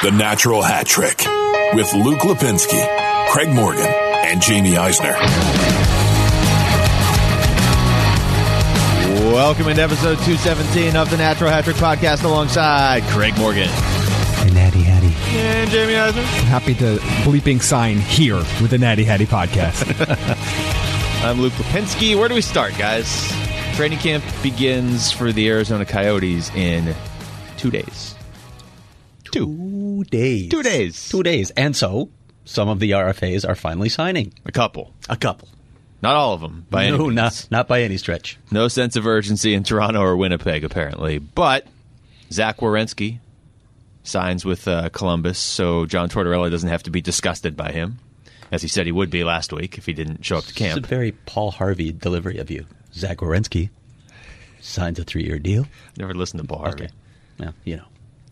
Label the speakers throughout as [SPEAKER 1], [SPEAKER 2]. [SPEAKER 1] The Natural Hat Trick with Luke Lipinski, Craig Morgan, and Jamie Eisner.
[SPEAKER 2] Welcome into episode 217 of the Natural Hat Trick Podcast alongside Craig Morgan
[SPEAKER 3] A natty hattie.
[SPEAKER 2] and Jamie Eisner.
[SPEAKER 3] Happy to bleeping sign here with the Natty Hattie podcast.
[SPEAKER 2] I'm Luke Lipinski. Where do we start, guys? Training camp begins for the Arizona Coyotes in two days. Two.
[SPEAKER 4] Two days.
[SPEAKER 2] Two days.
[SPEAKER 4] Two days. And so some of the RFAs are finally signing.
[SPEAKER 2] A couple.
[SPEAKER 4] A couple.
[SPEAKER 2] Not all of them, by any
[SPEAKER 4] no,
[SPEAKER 2] means.
[SPEAKER 4] not, not by any stretch.
[SPEAKER 2] No sense of urgency in Toronto or Winnipeg, apparently. But Zach Wierenski signs with uh, Columbus, so John Tortorella doesn't have to be disgusted by him, as he said he would be last week if he didn't show up to
[SPEAKER 4] It's a
[SPEAKER 2] camp.
[SPEAKER 4] very Paul Harvey delivery of you. Zach Wierenski signs a three year deal.
[SPEAKER 2] Never listened to Paul Harvey.
[SPEAKER 4] Now, you know.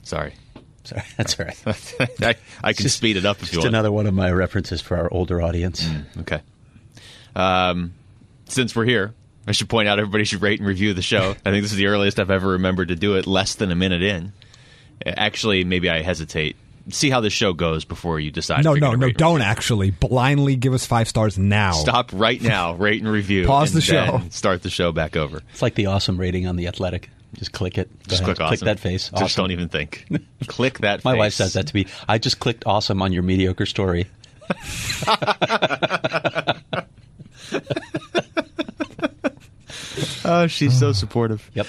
[SPEAKER 2] Sorry.
[SPEAKER 4] Sorry. That's all right. It's
[SPEAKER 2] I, I can speed it up if you
[SPEAKER 4] Just
[SPEAKER 2] want.
[SPEAKER 4] another one of my references for our older audience.
[SPEAKER 2] Okay. Um, since we're here, I should point out everybody should rate and review the show. I think this is the earliest I've ever remembered to do it, less than a minute in. Actually, maybe I hesitate. See how this show goes before you decide.
[SPEAKER 3] no,
[SPEAKER 2] if you're
[SPEAKER 3] no,
[SPEAKER 2] gonna
[SPEAKER 3] no,
[SPEAKER 2] rate and
[SPEAKER 3] don't
[SPEAKER 2] review.
[SPEAKER 3] actually. Blindly give us five stars now.
[SPEAKER 2] Stop right now. Rate and review.
[SPEAKER 3] Pause
[SPEAKER 2] and
[SPEAKER 3] the show.
[SPEAKER 2] then Start the show back over.
[SPEAKER 4] It's like the awesome rating on The Athletic. Just click it. Go
[SPEAKER 2] Just
[SPEAKER 4] ahead.
[SPEAKER 2] click awesome.
[SPEAKER 4] that face.
[SPEAKER 2] Just
[SPEAKER 4] Awesome.
[SPEAKER 2] don't even think. click that.
[SPEAKER 4] My
[SPEAKER 2] face.
[SPEAKER 4] wife says that to me. I just clicked awesome on your mediocre story.
[SPEAKER 2] Oh, she's so supportive.
[SPEAKER 4] Yep.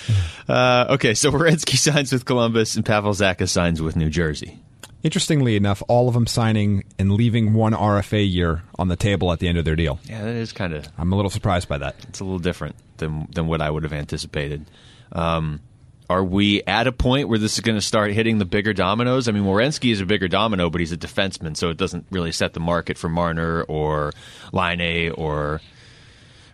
[SPEAKER 2] Uh, okay, so Wierenski signs with Columbus and Pavel Zaka signs with New Jersey.
[SPEAKER 3] Interestingly enough, all of them signing and leaving one RFA year on the table at the end of their deal.
[SPEAKER 2] Yeah, that is kind of
[SPEAKER 3] I'm a little surprised by that.
[SPEAKER 2] it's a little different than than what I would have anticipated. Um, are we at a point where this is going to start hitting the bigger dominoes? I mean, Wierenski is a bigger domino, but he's a defenseman, so it doesn't really set the market for Marner or Line or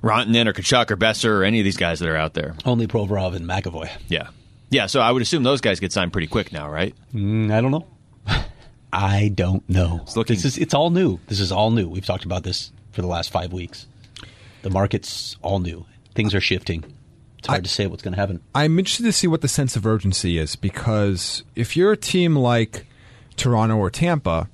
[SPEAKER 2] Rontanen or Kachuk or Besser or any of these guys that are out there.
[SPEAKER 4] Only Provorov and McAvoy.
[SPEAKER 2] Yeah. Yeah, so I would assume those guys get signed pretty quick now, right?
[SPEAKER 4] Mm, I don't know. I don't know.
[SPEAKER 2] looking-
[SPEAKER 4] This is it's all new. This is all new. We've talked about this for the last five weeks. The market's all new. Things are shifting. It's hard to say what's going to happen.
[SPEAKER 3] I'm interested to see what the sense of urgency is because if you're a team like Toronto or Tampa,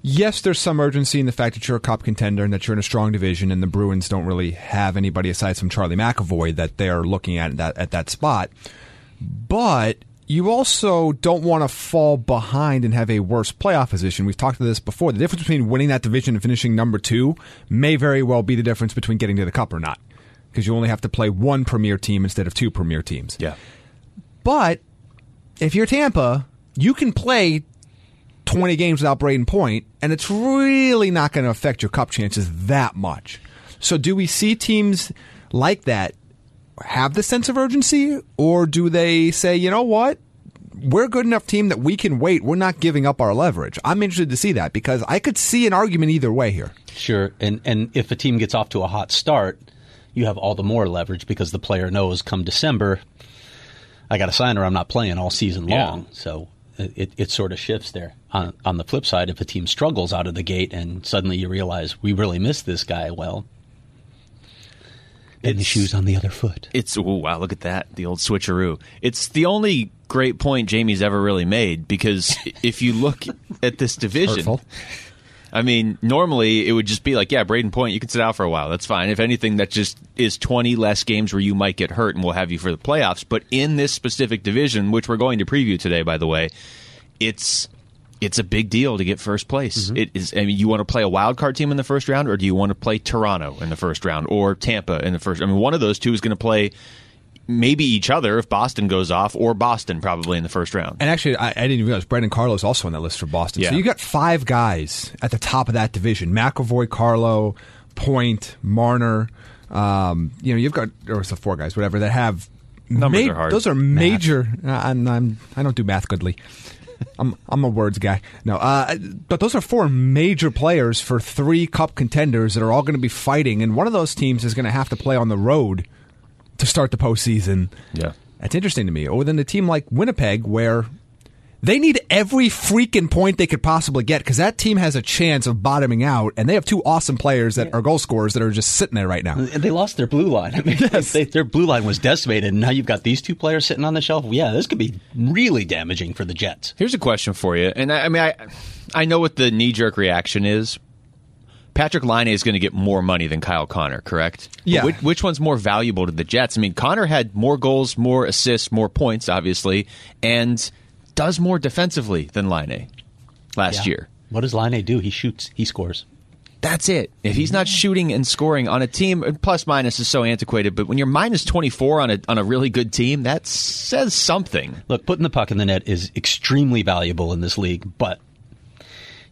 [SPEAKER 3] yes, there's some urgency in the fact that you're a cup contender and that you're in a strong division, and the Bruins don't really have anybody aside from Charlie McAvoy that they're looking at that, at that spot. But you also don't want to fall behind and have a worse playoff position. We've talked about this before. The difference between winning that division and finishing number two may very well be the difference between getting to the cup or not. Because you only have to play one premier team instead of two premier teams.
[SPEAKER 2] Yeah.
[SPEAKER 3] But if you're Tampa, you can play 20 games without Braden Point, and it's really not going to affect your cup chances that much. So, do we see teams like that have the sense of urgency, or do they say, you know what? We're a good enough team that we can wait. We're not giving up our leverage. I'm interested to see that because I could see an argument either way here.
[SPEAKER 4] Sure. And and if a team gets off to a hot start, you have all the more leverage because the player knows come December, I got to sign or I'm not playing all season
[SPEAKER 2] Yeah.
[SPEAKER 4] long. So uh, it, it sort of shifts there. On, on the flip side, if a team struggles out of the gate and suddenly you realize we really missed this guy, well, and the
[SPEAKER 2] It's-
[SPEAKER 4] shoes on the other foot.
[SPEAKER 2] It's oh wow, look at that. The old switcheroo. It's the only great point Jamie's ever really made because if you look at this division
[SPEAKER 3] Hurtful.
[SPEAKER 2] I mean, normally it would just be like, yeah, Braden Point, you can sit out for a while. That's fine. If anything, that just is 20 less games where you might get hurt and we'll have you for the playoffs. But in this specific division, which we're going to preview today, by the way, it's. It's a big deal to get first place. It is. I mean, you want to play a wild card team in the first round, or do you want to play Toronto in the first round, or Tampa in the first? I mean, one of those two is going to play maybe each other if Boston goes off, or Boston probably in the first round.
[SPEAKER 3] And actually, I, I didn't even realize Brendan Carlo's also on that list for Boston.
[SPEAKER 2] Yeah.
[SPEAKER 3] So you got five guys at the top of that division: McAvoy, Carlo, Point, Marner. Um, you know, you've got or it's the four guys, whatever that have.
[SPEAKER 2] Numbers are hard.
[SPEAKER 3] uh, Those are major. I- I'm, I'm, I don't do math goodly. I'm I'm a words guy. No, uh, but those are four major players for three cup contenders that are all going to be fighting, and one of those teams is going to have to play on the road to start the postseason.
[SPEAKER 2] Yeah.
[SPEAKER 3] that's interesting to me. Or then a team like Winnipeg, where they need every freaking point they could possibly get because that team has a chance of bottoming out, and they have two awesome players that are goal scorers that are just sitting there right now.
[SPEAKER 4] And they lost their blue line. I mean, they, their blue line was decimated, and now you've got these two players sitting on the shelf. Yeah, this could be really damaging for the Jets.
[SPEAKER 2] Here's a question for you, and I, I mean, I, I know what the knee jerk reaction is. Patrick Line is going to get more money than Kyle Connor, correct? But
[SPEAKER 3] Yeah.
[SPEAKER 2] Which, which one's more valuable to the Jets? I mean, Connor had more goals, more assists, more points, obviously, and does more defensively than Line last
[SPEAKER 4] Yeah.
[SPEAKER 2] year.
[SPEAKER 4] What does Line do? He shoots, he scores.
[SPEAKER 2] That's it. If he's not shooting and scoring on a team, and plus minus is so antiquated, but when you're minus 24 on a, on a really good team, that says something.
[SPEAKER 4] Look, putting the puck in the net is extremely valuable in this league, but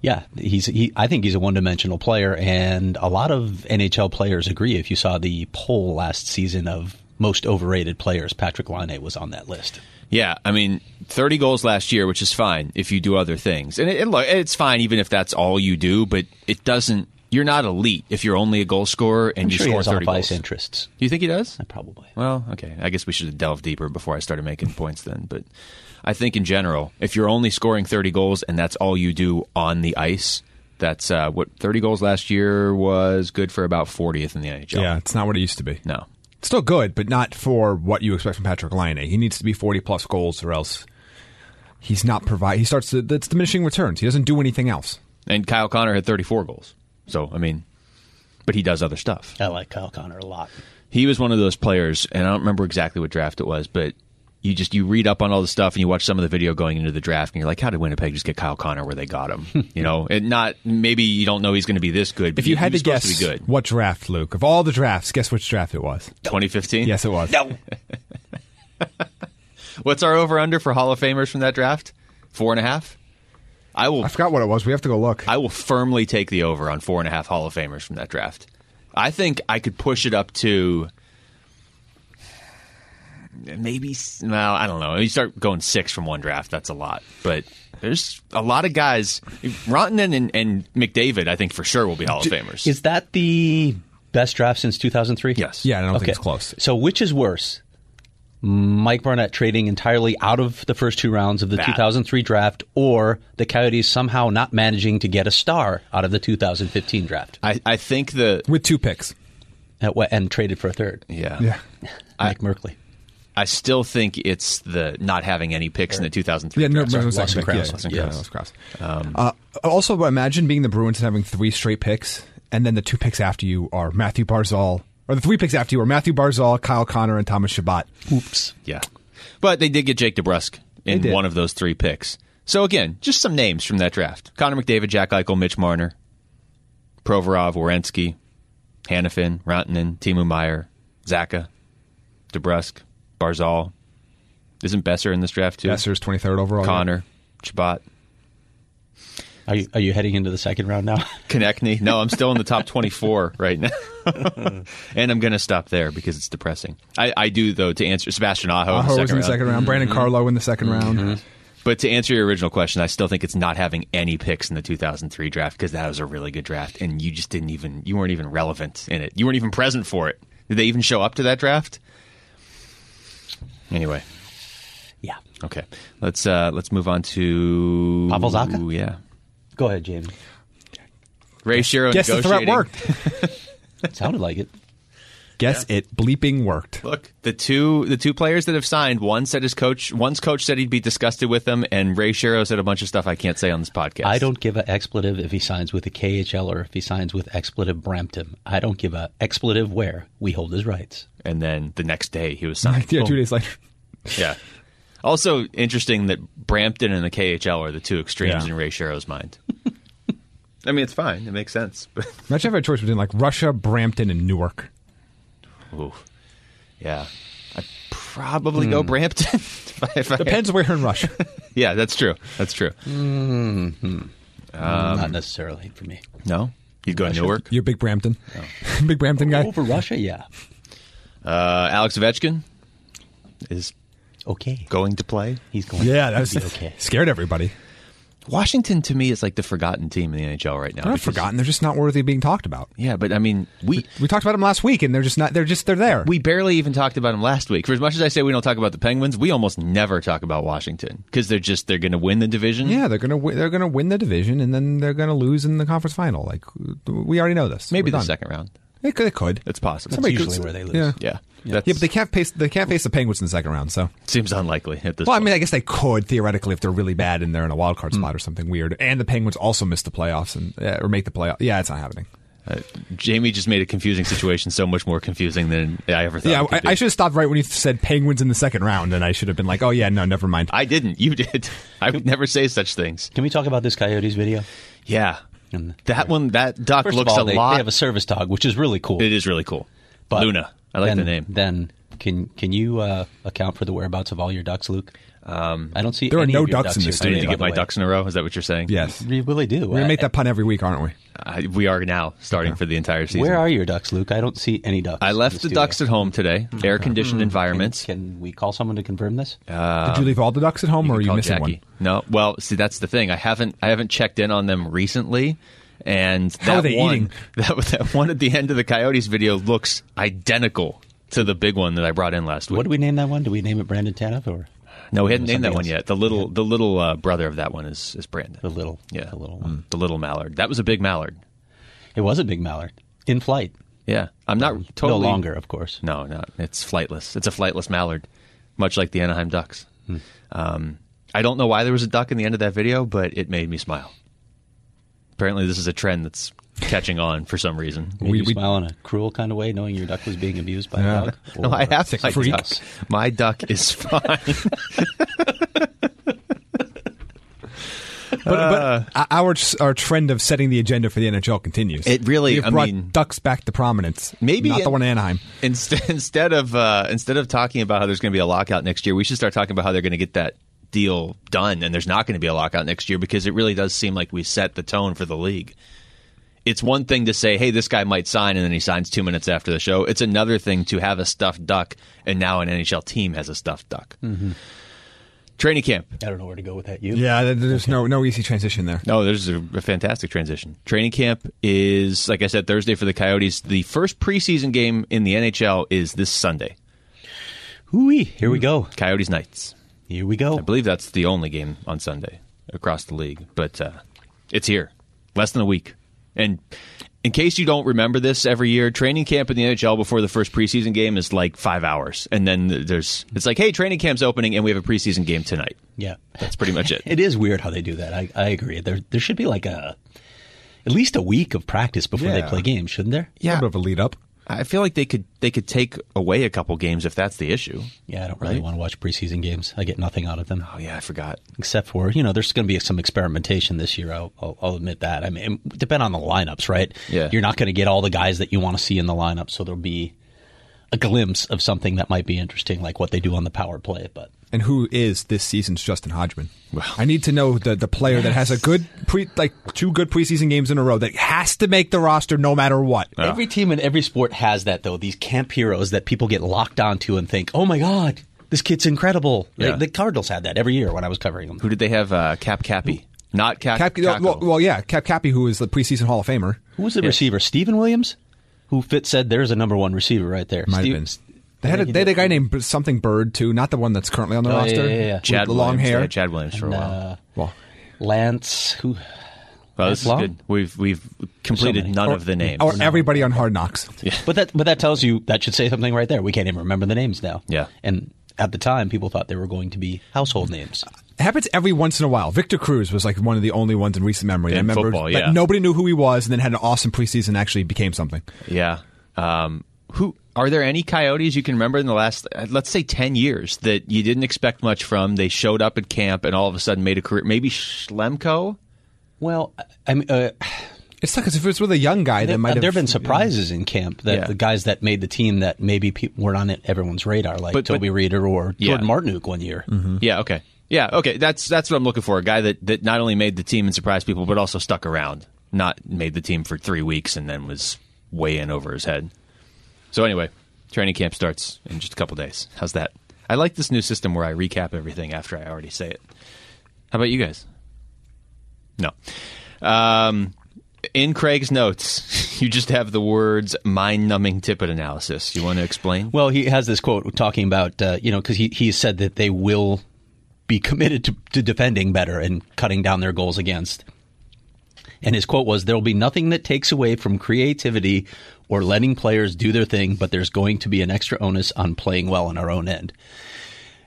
[SPEAKER 4] yeah, he's he I think he's a one-dimensional player and a lot of NHL players agree if you saw the poll last season of most overrated players, Patrick Line was on that list.
[SPEAKER 2] Yeah, I mean, 30 goals last year, which is fine if you do other things. And it, it, look, it's fine even if that's all you do, but it doesn't you're not elite if you're only a goal scorer and
[SPEAKER 4] I'm
[SPEAKER 2] you
[SPEAKER 4] sure he
[SPEAKER 2] score
[SPEAKER 4] has
[SPEAKER 2] 30
[SPEAKER 4] off-ice
[SPEAKER 2] goals.
[SPEAKER 4] interests.
[SPEAKER 2] You think he does?
[SPEAKER 4] Probably.
[SPEAKER 2] Well, okay. I guess we should have delved deeper before I started making points then, but I think in general, if you're only scoring 30 goals and that's all you do on the ice, that's uh, what 30 goals last year was good for about 40th in the NHL.
[SPEAKER 3] Yeah, it's not what it used to be.
[SPEAKER 2] No.
[SPEAKER 3] It's still good, but not for what you expect from Patrick Line. He needs to be forty plus goals, or else he's not provide. He starts to, that's diminishing returns. He doesn't do anything else.
[SPEAKER 2] And Kyle Connor had 34 goals. So, I mean, but he does other stuff.
[SPEAKER 4] I like Kyle Connor a lot.
[SPEAKER 2] he was one of those players, and I don't remember exactly what draft it was, but you just you read up on all the stuff and you watch some of the video going into the draft, and you're like, how did Winnipeg just get Kyle Connor where they got him? you know, and not maybe you don't know he's going to be this good. But
[SPEAKER 3] If you
[SPEAKER 2] he-
[SPEAKER 3] had
[SPEAKER 2] he was
[SPEAKER 3] to guess
[SPEAKER 2] supposed to be good,
[SPEAKER 3] what draft, Luke, of all the drafts, guess which draft it was?
[SPEAKER 2] 2015.
[SPEAKER 3] Yes, it was.
[SPEAKER 4] No.
[SPEAKER 2] What's our over under for Hall of Famers from that draft? Four and a half. I will
[SPEAKER 3] I forgot what it was. We have to go look.
[SPEAKER 2] I will firmly take the over on four and a half Hall of Famers from that draft. I think I could push it up to maybe. s- Well, I don't know. You start going six from one draft, that's a lot. But there's a lot of guys. Rontanen and, and McDavid, I think for sure will be Hall of Famers.
[SPEAKER 4] Is that the best draft since 2003?
[SPEAKER 2] Yes.
[SPEAKER 3] yeah, I don't
[SPEAKER 4] Okay.
[SPEAKER 3] think it's close.
[SPEAKER 4] So which is worse? Mike Barnett trading entirely out of the first two rounds of the
[SPEAKER 2] Bad.
[SPEAKER 4] 2003 draft or the Coyotes somehow not managing to get a star out of the 2015 draft
[SPEAKER 2] I, I think the
[SPEAKER 3] With two picks.
[SPEAKER 4] At what- and traded for a third.
[SPEAKER 2] yeah.
[SPEAKER 4] Mike Merkley.
[SPEAKER 2] I still think it's the not having any picks in the 2003
[SPEAKER 3] Yeah, no,
[SPEAKER 2] draft.
[SPEAKER 3] no,
[SPEAKER 4] Lawson
[SPEAKER 3] second pick.
[SPEAKER 4] Krause.
[SPEAKER 3] Yeah,
[SPEAKER 4] Lawson
[SPEAKER 3] yeah,
[SPEAKER 4] Krause.
[SPEAKER 3] Lawson Krause. uh, also, imagine being the Bruins and having three straight picks, and then the two picks after you are Matthew Barzal, or the three picks after you are Matthew Barzal, Kyle Connor, and Thomas Shabbat.
[SPEAKER 4] Oops.
[SPEAKER 2] Yeah. But they did get Jake DeBrusque in
[SPEAKER 3] did.
[SPEAKER 2] one of those three picks. So again, just some names from that draft. Connor McDavid, Jack Eichel, Mitch Marner, Provorov, Wierenski, Hannafin, Rantanen, Timu Meyer, Zaka, DeBrusque, Barzal. Isn't Besser in this draft too?
[SPEAKER 3] Besser's 23rd overall.
[SPEAKER 2] Connor, Chabot,
[SPEAKER 4] Are you, are you heading into the second round now?
[SPEAKER 2] Konechny. No, I'm still in the top 24 right now. and I'm going to stop there because it's depressing. I, I do, though, to answer Sebastian Aho,
[SPEAKER 3] Aho
[SPEAKER 2] in
[SPEAKER 3] was in the second round. Brandon Carlo in the 2nd round.
[SPEAKER 2] But to answer your original question, I still think it's not having any picks in the 2003 draft because that was a really good draft, and you just didn't even you weren't even relevant in it. You weren't even present for it. Did they even show up to that draft? Anyway,
[SPEAKER 4] yeah.
[SPEAKER 2] okay, let's uh let's move on to
[SPEAKER 4] Pavel Zacha?
[SPEAKER 2] Yeah,
[SPEAKER 4] Go ahead, Jamie.
[SPEAKER 2] Ray Shiro.
[SPEAKER 3] Guess the threat
[SPEAKER 2] negotiating.
[SPEAKER 3] worked.
[SPEAKER 4] Sounded like it.
[SPEAKER 3] Guess it bleeping worked.
[SPEAKER 2] Look, the two the two players that have signed, one said his coach, one's coach said he'd be disgusted with them, and Ray Shiro said a bunch of stuff I can't say on this podcast.
[SPEAKER 4] I don't give a expletive if he signs with the KHL or if he signs with expletive Brampton. I don't give a expletive where we hold his rights.
[SPEAKER 2] And then the next day he was signed.
[SPEAKER 3] Yeah,
[SPEAKER 2] Boom.
[SPEAKER 3] two days later.
[SPEAKER 2] Yeah. Also interesting that Brampton and the KHL are the two extremes in Ray Shero's mind. I mean, it's fine. It makes sense. But
[SPEAKER 3] Imagine if I had a choice between like Russia, Brampton, and Newark.
[SPEAKER 2] Ooh. yeah, I'd probably go Brampton. if I- if I-
[SPEAKER 3] Hmm. Depends where in Russia.
[SPEAKER 2] Yeah, that's true. That's true.
[SPEAKER 4] Not necessarily for me.
[SPEAKER 2] No, you'd go to Newark.
[SPEAKER 3] You're a big Brampton. big Brampton guy.
[SPEAKER 4] Over Russia, yeah.
[SPEAKER 2] Uh, Alex Ovechkin is
[SPEAKER 4] Okay.
[SPEAKER 2] going to play.
[SPEAKER 4] He's going
[SPEAKER 3] Yeah, that was
[SPEAKER 4] be okay.
[SPEAKER 3] scared everybody.
[SPEAKER 2] Washington to me is like the forgotten team in the NHL right now.
[SPEAKER 3] They're not
[SPEAKER 2] because-
[SPEAKER 3] forgotten. They're just not worthy of being talked about.
[SPEAKER 2] Yeah, but I mean, we
[SPEAKER 3] We talked about them last week, and they're just not. They're just they're there.
[SPEAKER 2] we barely even talked about them last week. For as much as I say we don't talk about the Penguins, we almost never talk about Washington because they're just they're going to win the division.
[SPEAKER 3] yeah, they're gonna wi- they're gonna win the division, and then they're gonna lose in the conference final. Like we already know this.
[SPEAKER 2] maybe the
[SPEAKER 3] We're done.
[SPEAKER 2] second round.
[SPEAKER 3] It could. It could.
[SPEAKER 2] It's possible.
[SPEAKER 3] Somebody
[SPEAKER 4] usually where they lose.
[SPEAKER 3] Yeah.
[SPEAKER 2] yeah,
[SPEAKER 3] Yeah,
[SPEAKER 2] that
[SPEAKER 3] but they can't face they can't face the Penguins in the second round. So,
[SPEAKER 2] seems unlikely at this.
[SPEAKER 3] well, I
[SPEAKER 2] point.
[SPEAKER 3] mean, I guess they could theoretically if they're really bad and they're in a wild
[SPEAKER 2] Hmm.
[SPEAKER 3] card spot or something weird. And the Penguins also miss the playoffs and uh, or make the playoff. Yeah, it's not happening.
[SPEAKER 2] Jamie just made a confusing situation so much more confusing than I ever thought.
[SPEAKER 3] yeah,
[SPEAKER 2] it could
[SPEAKER 3] I,
[SPEAKER 2] be.
[SPEAKER 3] I should have stopped right when you said Penguins in the second round, and I should have been like, oh yeah, no, never mind.
[SPEAKER 2] I didn't. You did. I would never say such things.
[SPEAKER 4] Can we talk about this Coyotes video?
[SPEAKER 2] Yeah,
[SPEAKER 4] And-
[SPEAKER 2] that one. That duck
[SPEAKER 4] First
[SPEAKER 2] looks
[SPEAKER 4] of all,
[SPEAKER 2] a
[SPEAKER 4] they,
[SPEAKER 2] lot.
[SPEAKER 4] they have a service dog, which is really cool.
[SPEAKER 2] it is really cool. Luna. I like
[SPEAKER 4] then,
[SPEAKER 2] the name.
[SPEAKER 4] Then can can you uh, account for the whereabouts of all your ducks, Luke? Um, I don't see
[SPEAKER 3] there are
[SPEAKER 4] any
[SPEAKER 3] no
[SPEAKER 4] of your
[SPEAKER 3] ducks
[SPEAKER 4] ducks
[SPEAKER 3] in
[SPEAKER 4] here
[SPEAKER 3] this
[SPEAKER 2] I
[SPEAKER 4] today,
[SPEAKER 2] need
[SPEAKER 3] studio.
[SPEAKER 2] to
[SPEAKER 4] by
[SPEAKER 2] get
[SPEAKER 4] the
[SPEAKER 2] my
[SPEAKER 4] way.
[SPEAKER 2] ducks in a row. Is that what you're saying?
[SPEAKER 3] yes,
[SPEAKER 4] We really do. Uh,
[SPEAKER 3] we're
[SPEAKER 4] I-
[SPEAKER 3] gonna make that pun every week, aren't we?
[SPEAKER 2] I, we are now starting for the entire season.
[SPEAKER 4] Where are your ducks, Luke? I don't see any ducks.
[SPEAKER 2] I
[SPEAKER 4] in
[SPEAKER 2] left the
[SPEAKER 4] studio.
[SPEAKER 2] ducks at home today, air conditioned environments.
[SPEAKER 4] Can we call someone to confirm this?
[SPEAKER 3] Did you leave all the ducks at home, or are
[SPEAKER 2] Uh, You
[SPEAKER 3] you
[SPEAKER 2] call
[SPEAKER 3] missing
[SPEAKER 2] Jackie.
[SPEAKER 3] one?
[SPEAKER 2] No, well, see, that's the thing. I haven't I haven't checked in on them recently, and
[SPEAKER 3] How
[SPEAKER 2] that
[SPEAKER 3] are they
[SPEAKER 2] one
[SPEAKER 3] eating?
[SPEAKER 2] That, that one at the end of the Coyotes video looks identical to the big one that I brought in last week.
[SPEAKER 4] what do we name that one? Do we name it Brandon Tanev or
[SPEAKER 2] no, we hadn't named that
[SPEAKER 4] something
[SPEAKER 2] one yet.
[SPEAKER 4] else?
[SPEAKER 2] The little the little uh, brother of that one is is Brandon.
[SPEAKER 4] the little?
[SPEAKER 2] yeah, Mm.
[SPEAKER 4] the little one.
[SPEAKER 2] the little mallard. That was a big mallard.
[SPEAKER 4] It was a big mallard in flight.
[SPEAKER 2] Yeah, I'm not Oh, totally
[SPEAKER 4] No longer, of course.
[SPEAKER 2] No, not it's flightless. It's a flightless mallard, much like the Anaheim Ducks.
[SPEAKER 4] Hmm.
[SPEAKER 2] Um, I don't know why there was a duck in the end of that video, but it made me smile. Apparently, this is a trend that's catching on for some reason.
[SPEAKER 4] Made
[SPEAKER 3] We-
[SPEAKER 4] you
[SPEAKER 3] we-
[SPEAKER 4] smile in a cruel kind of way, knowing your duck was being abused by a dog.
[SPEAKER 2] No, I have
[SPEAKER 4] Sick
[SPEAKER 2] my
[SPEAKER 4] freak.
[SPEAKER 2] duck. My duck is fine.
[SPEAKER 3] But, but our our trend of setting the agenda for the NHL continues.
[SPEAKER 2] It really-
[SPEAKER 3] We've
[SPEAKER 2] I
[SPEAKER 3] brought
[SPEAKER 2] mean-
[SPEAKER 3] ducks back to prominence.
[SPEAKER 2] Maybe
[SPEAKER 3] not
[SPEAKER 2] it-
[SPEAKER 3] the one in Anaheim.
[SPEAKER 2] instead, instead of uh, instead of talking about how there's going to be a lockout next year, we should start talking about how they're going to get that deal done, and there's not going to be a lockout next year because it really does seem like we set the tone for the league. It's one thing to say, "Hey, this guy might sign," and then he signs two minutes after the show. It's another thing to have a stuffed duck, and now an NHL team has a stuffed duck. Training camp.
[SPEAKER 4] I don't know where to go with that. You?
[SPEAKER 3] Yeah, there- there's no no easy transition there.
[SPEAKER 2] No, there's Oh, a, a fantastic transition. Training camp is, like I said, Thursday for the Coyotes. The first preseason game in the NHL is this Sunday,
[SPEAKER 4] Hooey. Here we go.
[SPEAKER 2] Coyotes Nights.
[SPEAKER 4] Here we go.
[SPEAKER 2] I believe that's the only game on Sunday across the league, but uh, it's here, less than a week. And in case you don't remember this, every year training camp in the NHL before the first preseason game is like five hours, and then there's it's like, hey, training camp's opening, and we have a preseason game tonight.
[SPEAKER 4] Yeah.
[SPEAKER 2] That's pretty much it.
[SPEAKER 4] It is weird how they do that. I, I agree. There there should be like a at least a week of practice before they
[SPEAKER 3] Yeah.
[SPEAKER 4] play games, shouldn't there?
[SPEAKER 3] a little bit of a lead up.
[SPEAKER 2] I feel like they could they could take away a couple games if that's the issue.
[SPEAKER 4] Yeah, I don't really
[SPEAKER 2] Right.
[SPEAKER 4] want to watch preseason games. I get nothing out of them.
[SPEAKER 2] Oh yeah, I forgot.
[SPEAKER 4] except for you know there's going to be some experimentation this year. I'll, I'll, I'll admit that. I mean, it depend on the lineups, right?
[SPEAKER 2] Yeah.
[SPEAKER 4] you're not going to get all the guys that you want to see in the lineup, so there'll be a glimpse of something that might be interesting, like what they do on the power play. But
[SPEAKER 3] And who is this season's Justin Hodgman? I need to know the the player that has a good pre like two good preseason games in a row that has to make the roster no matter what.
[SPEAKER 4] every team in every sport has that though. These camp heroes that people get locked onto and think, "Oh my god, this kid's incredible." They-
[SPEAKER 2] Yeah.
[SPEAKER 4] The Cardinals had that every year when I was covering them.
[SPEAKER 2] Who did they have? Uh, Cap Cappy, not Cap.
[SPEAKER 3] Cap,
[SPEAKER 2] Caco.
[SPEAKER 3] well, well, yeah, Cap Cappy, who is the preseason Hall of Famer.
[SPEAKER 4] Who was the receiver? Steven Williams, who Fitz said there's a number one receiver right there.
[SPEAKER 3] Might
[SPEAKER 4] Steve-
[SPEAKER 3] have been. They had, a, they had a guy named B- something Bird too, not the one that's currently on the
[SPEAKER 4] Oh, yeah,
[SPEAKER 3] roster.
[SPEAKER 4] yeah, yeah.
[SPEAKER 3] with
[SPEAKER 2] Chad
[SPEAKER 3] the long
[SPEAKER 2] Williams.
[SPEAKER 3] hair.
[SPEAKER 2] Yeah, Chad Williams for a while.
[SPEAKER 4] uh,
[SPEAKER 3] Well,
[SPEAKER 4] Lance, who
[SPEAKER 2] Well, this is
[SPEAKER 4] Long?
[SPEAKER 2] good. We've we've completed
[SPEAKER 4] many.
[SPEAKER 2] none of the names.
[SPEAKER 3] or everybody on Hard Knocks.
[SPEAKER 4] But that but that tells you that should say something right there. We can't even remember the names now.
[SPEAKER 2] Yeah.
[SPEAKER 4] And at the time, people thought they were going to be household names.
[SPEAKER 3] It happens every once in a while. Victor Cruz was like one of the only ones in recent memory. I
[SPEAKER 2] In
[SPEAKER 3] remember
[SPEAKER 2] football,
[SPEAKER 3] that
[SPEAKER 2] yeah.
[SPEAKER 3] nobody knew who he was, and then had an awesome preseason. and Actually, became something.
[SPEAKER 2] yeah. Um, who are there any coyotes you can remember in the last uh, let's say 10 years that you didn't expect much from? They showed up at camp and all of a sudden made a career. Maybe Schlemko?
[SPEAKER 4] Well, I- I mean, uh,
[SPEAKER 3] It's like if it was with a young guy, that
[SPEAKER 4] there,
[SPEAKER 3] might have.
[SPEAKER 4] there have been surprises in camp that
[SPEAKER 2] Yeah.
[SPEAKER 4] the guys that made the team that maybe pe- weren't on everyone's radar, like
[SPEAKER 2] But- but-
[SPEAKER 4] Toby Reeder or
[SPEAKER 2] Yeah.
[SPEAKER 4] Jordan Martinuk one year.
[SPEAKER 2] Yeah, okay. Yeah, okay. That's that's what I'm looking for. A guy that that not only made the team and surprised people but also stuck around. Not made the team for 3 weeks and then was way in over his head. So anyway, training camp starts in just a couple days. How's that? I like this new system where I recap everything after I already say it. How about you guys? No. Um, in Craig's notes, you just have the words mind numbing tippet analysis. You want to explain?
[SPEAKER 4] Well, he has this quote talking about, uh, you know, because he, he said that they will be committed to, to defending better and cutting down their goals against. And his quote was, There will be nothing that takes away from creativity or letting players do their thing, but there's going to be an extra onus on playing well on our own end.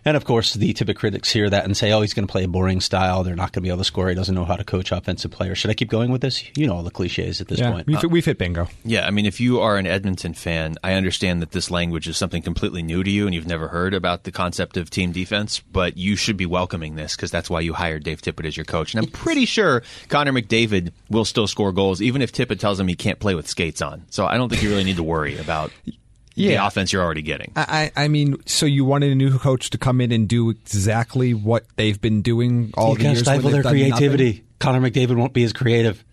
[SPEAKER 4] And of course, the typical critics hear that and say, oh, he's going to play a boring style. They're not going to be able to score. He doesn't know how to coach offensive players. Should I keep going with this? You know all the cliches at this
[SPEAKER 3] yeah,
[SPEAKER 4] point.
[SPEAKER 3] we've, we've hit bingo.
[SPEAKER 2] Yeah, I mean, if you are an Edmonton fan, I understand that this language is something completely new to you and you've never heard about the concept of team defense, but you should be welcoming this because that's why you hired Dave Tippett as your coach. And I'm pretty sure Connor McDavid will still score goals, even if Tippett tells him he can't play with skates on. So I don't think you really need to worry about the
[SPEAKER 3] Yeah.
[SPEAKER 2] offense you're already getting.
[SPEAKER 3] I, I I mean, so you wanted a new coach to come in and do exactly what they've been doing all
[SPEAKER 4] you
[SPEAKER 3] the
[SPEAKER 4] got to
[SPEAKER 3] years. when
[SPEAKER 4] stifle
[SPEAKER 3] they've
[SPEAKER 4] their
[SPEAKER 3] done nothing?
[SPEAKER 4] creativity. Connor McDavid won't be as creative.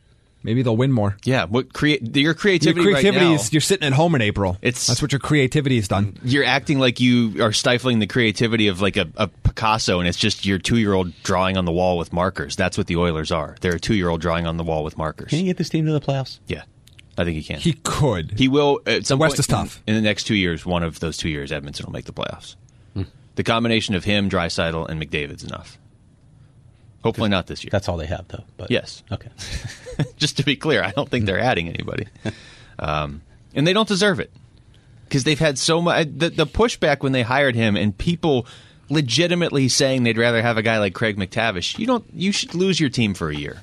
[SPEAKER 3] Maybe they'll win more.
[SPEAKER 2] yeah, what create your
[SPEAKER 3] Your
[SPEAKER 2] creativity,
[SPEAKER 3] creativity
[SPEAKER 2] right now,
[SPEAKER 3] is you're sitting at home in April.
[SPEAKER 2] It's-
[SPEAKER 3] that's what your creativity has done.
[SPEAKER 2] you're acting like you are stifling the creativity of like a, a Picasso, and it's just your two year old drawing on the wall with markers. That's what the Oilers are. They're a two year old drawing on the wall with markers.
[SPEAKER 4] Can you get this team to the playoffs?
[SPEAKER 2] Yeah, I think he can.
[SPEAKER 3] He could.
[SPEAKER 2] He will. At some
[SPEAKER 3] West
[SPEAKER 2] point
[SPEAKER 3] is tough.
[SPEAKER 2] In, in the next two years, one of those two years, Edmonton will make the playoffs.
[SPEAKER 3] Hmm.
[SPEAKER 2] The combination of him, Drysidle, and McDavid's enough. Hopefully not this year.
[SPEAKER 4] That's all they have, though. But
[SPEAKER 2] Yes.
[SPEAKER 4] okay.
[SPEAKER 2] Just to be clear, I don't think they're adding anybody, um, and they don't deserve it because they've had so much. The, the pushback when they hired him and people legitimately saying they'd rather have a guy like Craig McTavish. You don't. You should lose your team for a year.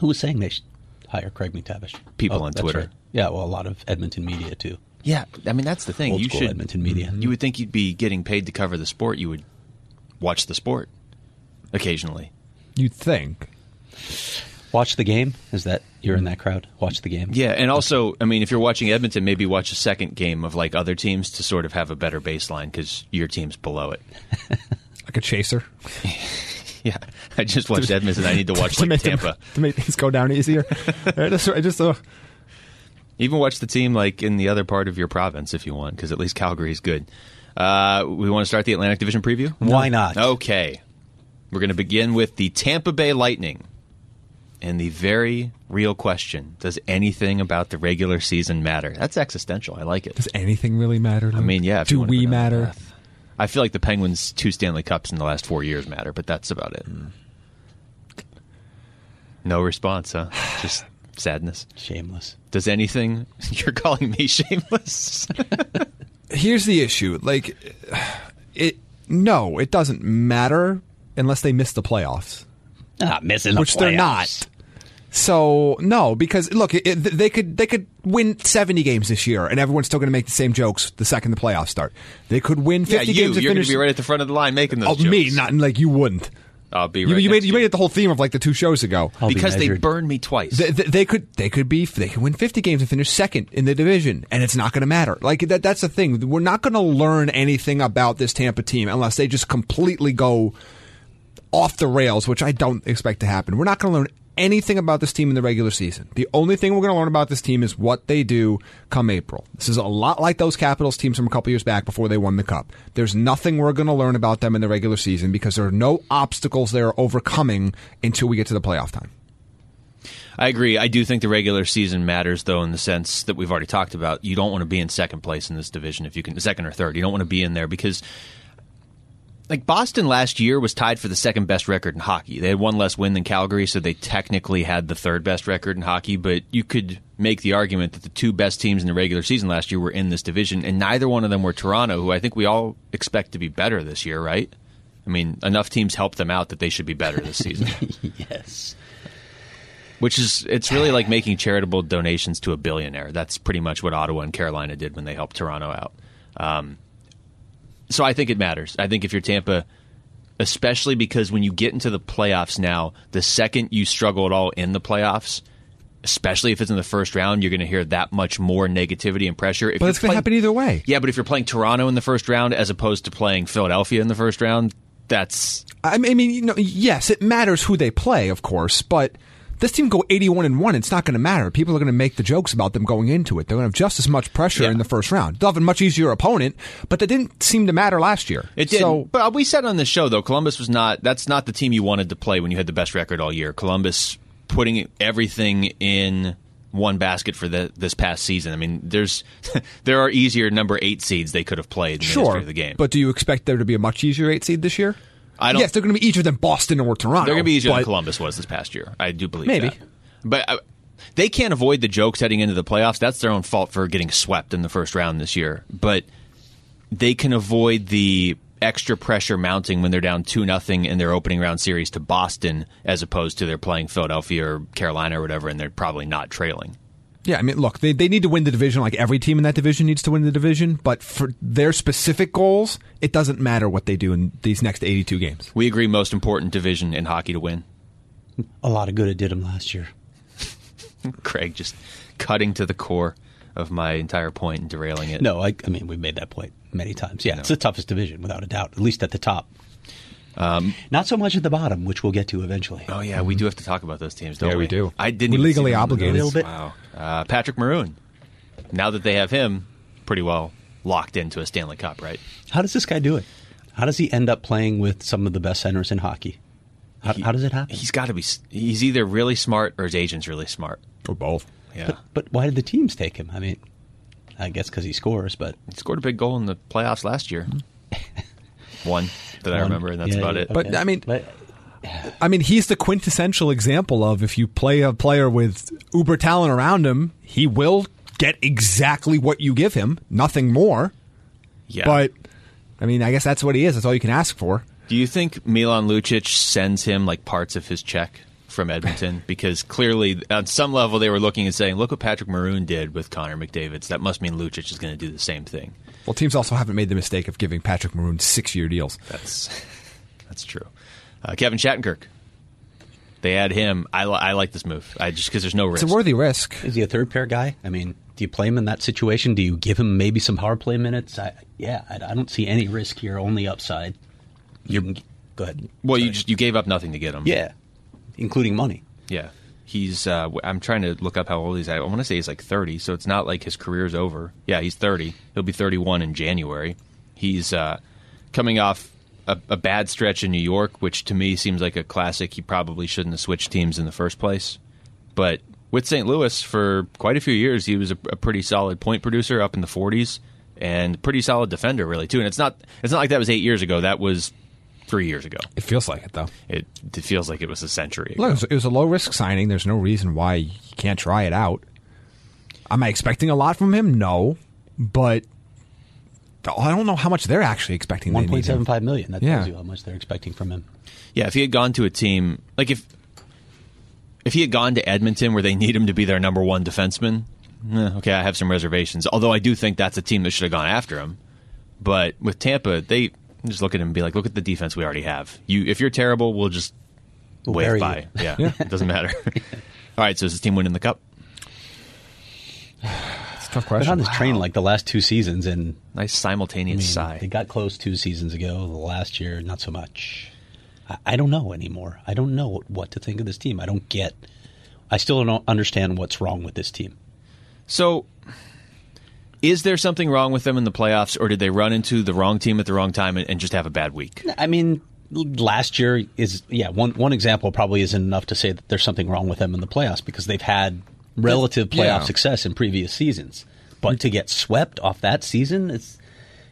[SPEAKER 4] Who was saying they should hire Craig McTavish? Oh,
[SPEAKER 2] People on
[SPEAKER 4] that's
[SPEAKER 2] Twitter.
[SPEAKER 4] right. Yeah, well, a lot of Edmonton media too.
[SPEAKER 2] Yeah, I mean that's the thing.
[SPEAKER 4] Old
[SPEAKER 2] you
[SPEAKER 4] school
[SPEAKER 2] should
[SPEAKER 4] Edmonton media.
[SPEAKER 2] You would think you'd be getting paid to cover the sport. You would watch the sport occasionally.
[SPEAKER 3] You'd think.
[SPEAKER 4] Watch the game. Is that you're in that crowd? Watch the game.
[SPEAKER 2] Yeah, and also, I mean, if you're watching Edmonton, maybe watch a second game of like other teams to sort of have a better baseline because your team's below it.
[SPEAKER 3] Like a chaser.
[SPEAKER 2] Yeah, I just watched Edmonton. I need to watch
[SPEAKER 3] to
[SPEAKER 2] like
[SPEAKER 3] make them-
[SPEAKER 2] Tampa.
[SPEAKER 3] to make things go down easier. I just, I just, uh,
[SPEAKER 2] Even watch the team like in the other part of your province if you want, because at least Calgary's good. Uh, we want to start the Atlantic Division preview.
[SPEAKER 4] Why not?
[SPEAKER 2] Okay. We're going to begin with the Tampa Bay Lightning. And the very real question does anything about the regular season matter? That's existential. I like it.
[SPEAKER 3] does anything really matter?
[SPEAKER 2] I mean, yeah. if you
[SPEAKER 3] Do
[SPEAKER 2] wanna go
[SPEAKER 3] we
[SPEAKER 2] down that
[SPEAKER 3] matter?
[SPEAKER 2] path. I feel like the Penguins' two Stanley Cups in the last four years matter, but that's about it. No response, huh? Just sadness.
[SPEAKER 4] Shameless.
[SPEAKER 2] Does anything. You're calling me shameless?
[SPEAKER 3] Here's the issue. Like, it. No, it doesn't matter unless they miss the playoffs.
[SPEAKER 4] Not Ah, missing the
[SPEAKER 3] Which they're
[SPEAKER 4] playoffs.
[SPEAKER 3] not. So no, because look, it, it- they could they could win seventy games this year, and everyone's still going to make the same jokes the second the playoffs start. They could win
[SPEAKER 2] yeah,
[SPEAKER 3] fifty
[SPEAKER 2] you.
[SPEAKER 3] games. and
[SPEAKER 2] You're going
[SPEAKER 3] finish,
[SPEAKER 2] to be right at the front of the line making those
[SPEAKER 3] Oh, me,
[SPEAKER 2] jokes.
[SPEAKER 3] not like you wouldn't.
[SPEAKER 2] I'll be
[SPEAKER 3] You,
[SPEAKER 2] right
[SPEAKER 3] you
[SPEAKER 2] next
[SPEAKER 3] made
[SPEAKER 2] to
[SPEAKER 3] you made it the whole theme of like the two shows ago.
[SPEAKER 4] I'll be
[SPEAKER 2] because they
[SPEAKER 4] measured.
[SPEAKER 2] burned me twice.
[SPEAKER 3] They, they, they could they could be they could win 50 games and finish second in the division and it's not going to matter like that that's the thing we're not going to learn anything about this Tampa team unless they just completely go off the rails which I don't expect to happen we're not going to learn anything about this team in the regular season the only thing we're going to learn about this team is what they do come April this is a lot like those Capitals teams from a couple years back before they won the cup there's nothing we're going to learn about them in the regular season because there are no obstacles they're overcoming until we get to the playoff time
[SPEAKER 2] I agree. I do think the regular season matters, though, in the sense that we've already talked about. You don't want to be in second place in this division if you can, second or third. You don't want to be in there because, like Boston last year was tied for the second best record in hockey. They had one less win than Calgary, so they technically had the third best record in hockey. But you could make the argument that the two best teams in the regular season last year were in this division, and neither one of them were Toronto, who I think we all expect to be better this year, right? I mean, enough teams helped them out that they should be better this season.
[SPEAKER 4] Yes.
[SPEAKER 2] Which is, it's really like making charitable donations to a billionaire. That's pretty much what Ottawa and Carolina did when they helped Toronto out. Um, so I think it matters. I think if you're Tampa, especially because when you get into the playoffs now, the second you struggle at all in the playoffs, especially if it's in the first round, you're going to hear that much more negativity and pressure. If
[SPEAKER 3] but
[SPEAKER 2] you're
[SPEAKER 3] it's going to
[SPEAKER 2] playing-
[SPEAKER 3] happen either way
[SPEAKER 2] Yeah, but if you're playing Toronto in the first round as opposed to playing Philadelphia in the first round, that's
[SPEAKER 3] I mean, I mean, you know, yes, it matters who they play, of course, but This team go 81 and 1. It's not going to matter. People are going to make the jokes about them going into it. They're going to have just as much pressure
[SPEAKER 2] Yeah.
[SPEAKER 3] in the first round. They'll have a much easier opponent, but that didn't seem to matter last year.
[SPEAKER 2] It did.
[SPEAKER 3] So,
[SPEAKER 2] but uh, we said on the show though, Columbus was not. That's not the team you wanted to play when you had the best record all year. Columbus putting everything in one basket for the, this past season. I mean, there's there are easier number eight seeds they could have played in the history
[SPEAKER 3] sure.
[SPEAKER 2] of the game.
[SPEAKER 3] But do you expect there to be a much easier 8 seed this year?
[SPEAKER 2] I don't-
[SPEAKER 3] Yes, they're going to be easier than Boston or Toronto.
[SPEAKER 2] They're going to be easier
[SPEAKER 3] but-
[SPEAKER 2] than Columbus was this past year. I do believe
[SPEAKER 3] Maybe.
[SPEAKER 2] that. But uh, they can't avoid the jokes heading into the playoffs. That's their own fault for getting swept in the first round this year. But they can avoid the extra pressure mounting when they're down 2 nothing in their opening round series to Boston as opposed to they're playing Philadelphia or Carolina or whatever and they're probably not trailing.
[SPEAKER 3] Yeah, I mean, look, they, they need to win the division like every team in that division needs to win the division, but for their specific goals, it doesn't matter what they do in these next 82 games.
[SPEAKER 2] We agree most important division in hockey to win.
[SPEAKER 4] A lot of good it did him last year.
[SPEAKER 2] Craig just cutting to the core of my entire point and derailing it.
[SPEAKER 4] No, I, I mean we've made that point many times. Yeah, it's the toughest division without a doubt, at least at the top.
[SPEAKER 2] Um,
[SPEAKER 4] Not so much at the bottom, which we'll get to eventually.
[SPEAKER 2] Oh yeah, we do have to talk about those teams, don't
[SPEAKER 3] Yeah, we do.
[SPEAKER 2] I didn't
[SPEAKER 3] We're
[SPEAKER 2] even see
[SPEAKER 3] legally
[SPEAKER 2] them on the
[SPEAKER 3] obligated.
[SPEAKER 2] list.
[SPEAKER 4] A little bit.
[SPEAKER 2] Wow. Uh, Patrick Maroon. Now that they have him, pretty well locked into a Stanley Cup, right?
[SPEAKER 4] How does this guy do it? How does he end up playing with some of the best centers in hockey? How, how does it happen?
[SPEAKER 2] He's got to be. s- He's either really smart or his agent's really smart.
[SPEAKER 3] Or both.
[SPEAKER 2] Yeah,
[SPEAKER 4] But, but why did the teams take him? I mean, I guess because he scores, but
[SPEAKER 2] he scored a big goal in the playoffs last year. One that I
[SPEAKER 4] One.
[SPEAKER 2] remember, and that's
[SPEAKER 4] Yeah,
[SPEAKER 2] about
[SPEAKER 4] yeah,
[SPEAKER 2] it.
[SPEAKER 4] okay.
[SPEAKER 3] But, I mean-
[SPEAKER 4] But-
[SPEAKER 3] I mean, he's the quintessential example of if you play a player with uber talent around him, he will get exactly what you give him, nothing more.
[SPEAKER 2] yeah.
[SPEAKER 3] But, I mean, I guess that's what he is. That's all you can ask for.
[SPEAKER 2] do you think Milan Lucic sends him like parts of his check from Edmonton? because clearly, on some level, they were looking and saying, "Look what Patrick Maroon did with Connor McDavid's. That must mean Lucic is going to do the same thing."
[SPEAKER 3] Well, teams also haven't made the mistake of giving Patrick Maroon six year deals.
[SPEAKER 2] That's that's true. Uh, Kevin Shattenkirk. They add him. I, li- I like this move. I just because there's no risk.
[SPEAKER 3] It's a worthy risk.
[SPEAKER 4] Is he a third pair guy? I mean, do you play him in that situation? Do you give him maybe some power play minutes? I, yeah, I, I don't see any risk here. Only upside. You can g- go ahead.
[SPEAKER 2] well, you just, you gave up nothing to get him.
[SPEAKER 4] Yeah, including money.
[SPEAKER 2] yeah. He's. Uh, w- I'm trying to look up how old he's. At. I want to say he's like 30. So it's not like his career's over. Yeah, he's 30. He'll be 31 in January. He's uh, coming off a, a bad stretch in New York, which to me seems like a classic. He probably shouldn't have switched teams in the first place. But with St. Louis for quite a few years, he was a, a pretty solid point producer up in the 40s and pretty solid defender, really too. And it's not it's not like that was eight years ago. That was three years ago.
[SPEAKER 3] It feels like it, though.
[SPEAKER 2] It, it feels like it was a century. Ago.
[SPEAKER 3] Look, it was, it was a low risk signing. There's no reason why you can't try it out. Am I expecting a lot from him? No, but I don't know how much they're actually expecting. they
[SPEAKER 4] One
[SPEAKER 3] need
[SPEAKER 4] point seven
[SPEAKER 3] him.
[SPEAKER 4] five million. That
[SPEAKER 3] Yeah.
[SPEAKER 4] tells you how much they're expecting from him.
[SPEAKER 2] Yeah, if he had gone to a team like if if he had gone to Edmonton where they need him to be their number one defenseman, eh, okay, I have some reservations. Although I do think that's a team that should have gone after him. But with Tampa, they just look at him and be like, "Look at the defense we already have. You, if you're terrible, we'll just
[SPEAKER 4] We'll
[SPEAKER 2] wave
[SPEAKER 4] bury
[SPEAKER 2] by.
[SPEAKER 4] you.
[SPEAKER 2] Yeah, it doesn't matter." All right, so is this team winning the cup?
[SPEAKER 3] It's a tough
[SPEAKER 4] Been
[SPEAKER 3] question.
[SPEAKER 4] on this train like the last two seasons, and
[SPEAKER 2] Nice simultaneous
[SPEAKER 4] I mean, they
[SPEAKER 2] sigh.
[SPEAKER 4] got close two seasons ago. The last year, not so much. I, I don't know anymore. I don't know what to think of this team. I don't get. I still don't understand what's wrong with this team.
[SPEAKER 2] So, is there something wrong with them in the playoffs, or did they run into the wrong team at the wrong time and, and just have a bad week?
[SPEAKER 4] I mean, l- last year is yeah one one example probably isn't enough to say that there's something wrong with them in the playoffs because they've had relative playoff
[SPEAKER 3] Yeah.
[SPEAKER 4] success in previous seasons, but to get swept off that season, it's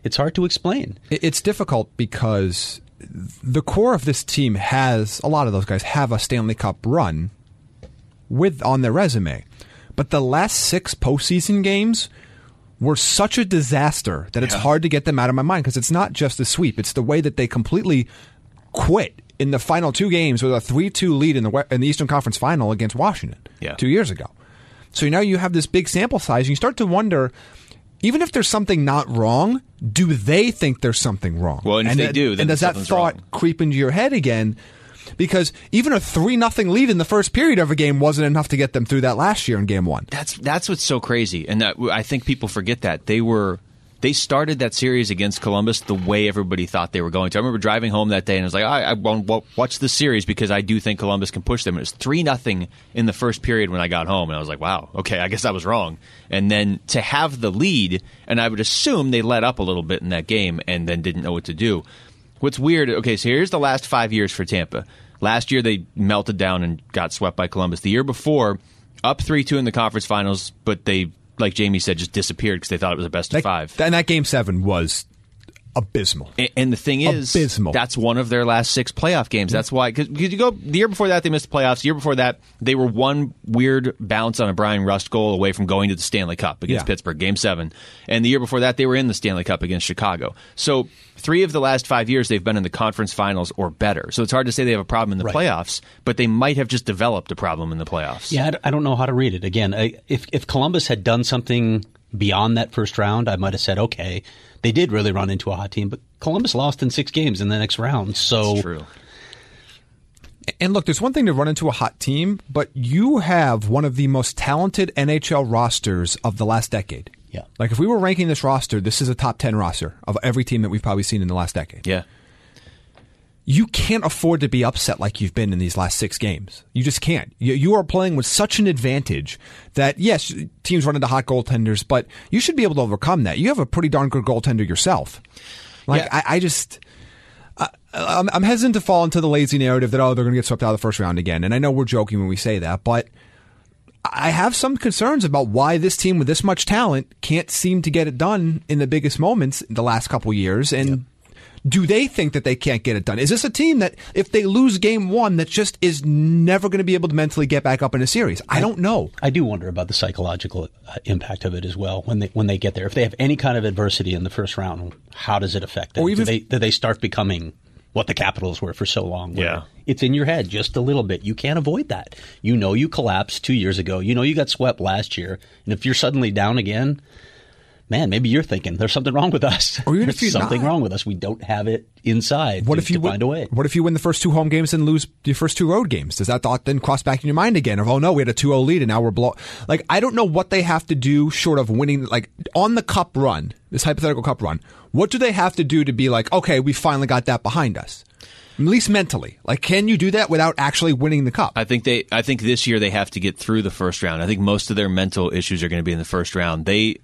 [SPEAKER 4] it's hard to explain.
[SPEAKER 3] It- It's difficult because the core of this team has a lot of those guys have a Stanley Cup run with on their resume, but the last six postseason games were such a disaster that it's hard to get them out of my mind because it's not just the sweep; it's the way that they completely quit in the final two games with a three-two lead in the we- in the Eastern Conference Final against Washington
[SPEAKER 2] Yeah.
[SPEAKER 3] two years ago. So now you have this big sample size, and you start to wonder. Even if there's something not wrong, do they think there's something wrong?
[SPEAKER 2] Well, and if they
[SPEAKER 3] that-
[SPEAKER 2] do, then
[SPEAKER 3] and does that
[SPEAKER 2] something's
[SPEAKER 3] thought
[SPEAKER 2] wrong.
[SPEAKER 3] creep into your head again? Because even a three nothing lead in the first period of a game wasn't enough to get them through that last year in game one.
[SPEAKER 2] That's that's what's so crazy, and that I think people forget that they were They started that series against Columbus the way everybody thought they were going to. I remember driving home that day and I was like, I, I won't wa- watch the series because I do think Columbus can push them. And it was three nothing in the first period when I got home, and I was like, wow, okay, I guess I was wrong. And then to have the lead, and I would assume they let up a little bit in that game and then didn't know what to do. What's weird, okay, so here's the last five years for Tampa. Last year, they melted down and got swept by Columbus. The year before, up 3 2 in the conference finals, but they, like Jamie said, just disappeared because they thought it was a best
[SPEAKER 3] That-
[SPEAKER 2] of five.
[SPEAKER 3] And that game seven was abysmal.
[SPEAKER 2] A- and the thing is,
[SPEAKER 3] Abysmal.
[SPEAKER 2] that's one of their last six playoff games. That's why, because you go the year before that, they missed the playoffs. The year before that, they were one weird bounce on a Brian Rust goal away from going to the Stanley Cup against
[SPEAKER 3] Yeah.
[SPEAKER 2] Pittsburgh, game seven. And the year before that, they were in the Stanley Cup against Chicago. So, three of the last five years, they've been in the conference finals or better. So, it's hard to say they have a problem in the playoffs, but they might have just developed a problem in the playoffs.
[SPEAKER 4] Yeah, I d- I don't know how to read it. Again, I, if if Columbus had done something beyond that first round, I might have said okay. They did really run into a hot team, but Columbus lost in six games in the next round. So
[SPEAKER 2] It's true.
[SPEAKER 3] And look, there's one thing to run into a hot team, but you have one of the most talented NHL rosters of the last decade.
[SPEAKER 4] Yeah.
[SPEAKER 3] Like if we were ranking this roster, this is a top 10 roster of every team that we've probably seen in the last decade.
[SPEAKER 2] Yeah.
[SPEAKER 3] You can't afford to be upset like you've been in these last six games. You just can't. You, you are playing with such an advantage that, yes, teams run into hot goaltenders, but you should be able to overcome that. You have a pretty darn good goaltender yourself. Like,
[SPEAKER 2] Yeah.
[SPEAKER 3] I, I just. I, I'm, I'm hesitant to fall into the lazy narrative that, oh, they're going to get swept out of the first round again. And I know we're joking when we say that, but I have some concerns about why this team with this much talent can't seem to get it done in the biggest moments in the last couple years. And do they think that they can't get it done? Is this a team that if they lose game one, that just is never going to be able to mentally get back up in a series? I don't know.
[SPEAKER 4] I do wonder about the psychological uh, impact of it as well when they when they get there. If they have any kind of adversity in the first round, how does it affect them?
[SPEAKER 3] Or even
[SPEAKER 4] do, they,
[SPEAKER 3] if-
[SPEAKER 4] do they start becoming what the Capitals were for so long? where
[SPEAKER 2] Yeah.
[SPEAKER 4] it's in your head just a little bit. You can't avoid that. You know you collapsed two years ago. You know you got swept last year, and if you're suddenly down again, man, maybe you're thinking there's something wrong with us.
[SPEAKER 3] Or even
[SPEAKER 4] There's
[SPEAKER 3] if you're
[SPEAKER 4] something
[SPEAKER 3] not.
[SPEAKER 4] wrong with us. We don't have it inside.
[SPEAKER 3] What
[SPEAKER 4] to-
[SPEAKER 3] if you
[SPEAKER 4] to
[SPEAKER 3] win,
[SPEAKER 4] find a way?
[SPEAKER 3] What if you win the first two home games and lose your first two road games? Does that thought then cross back in your mind again? Of oh no, we had a 2-0 lead and now we're blow. Like I don't know what they have to do short of winning. Like on the cup run, this hypothetical cup run, what do they have to do to be like okay, we finally got that behind us? At least mentally, like can you do that without actually winning the cup?
[SPEAKER 2] I think they. I think this year they have to get through the first round. I think most of their mental issues are going to be in the first round. They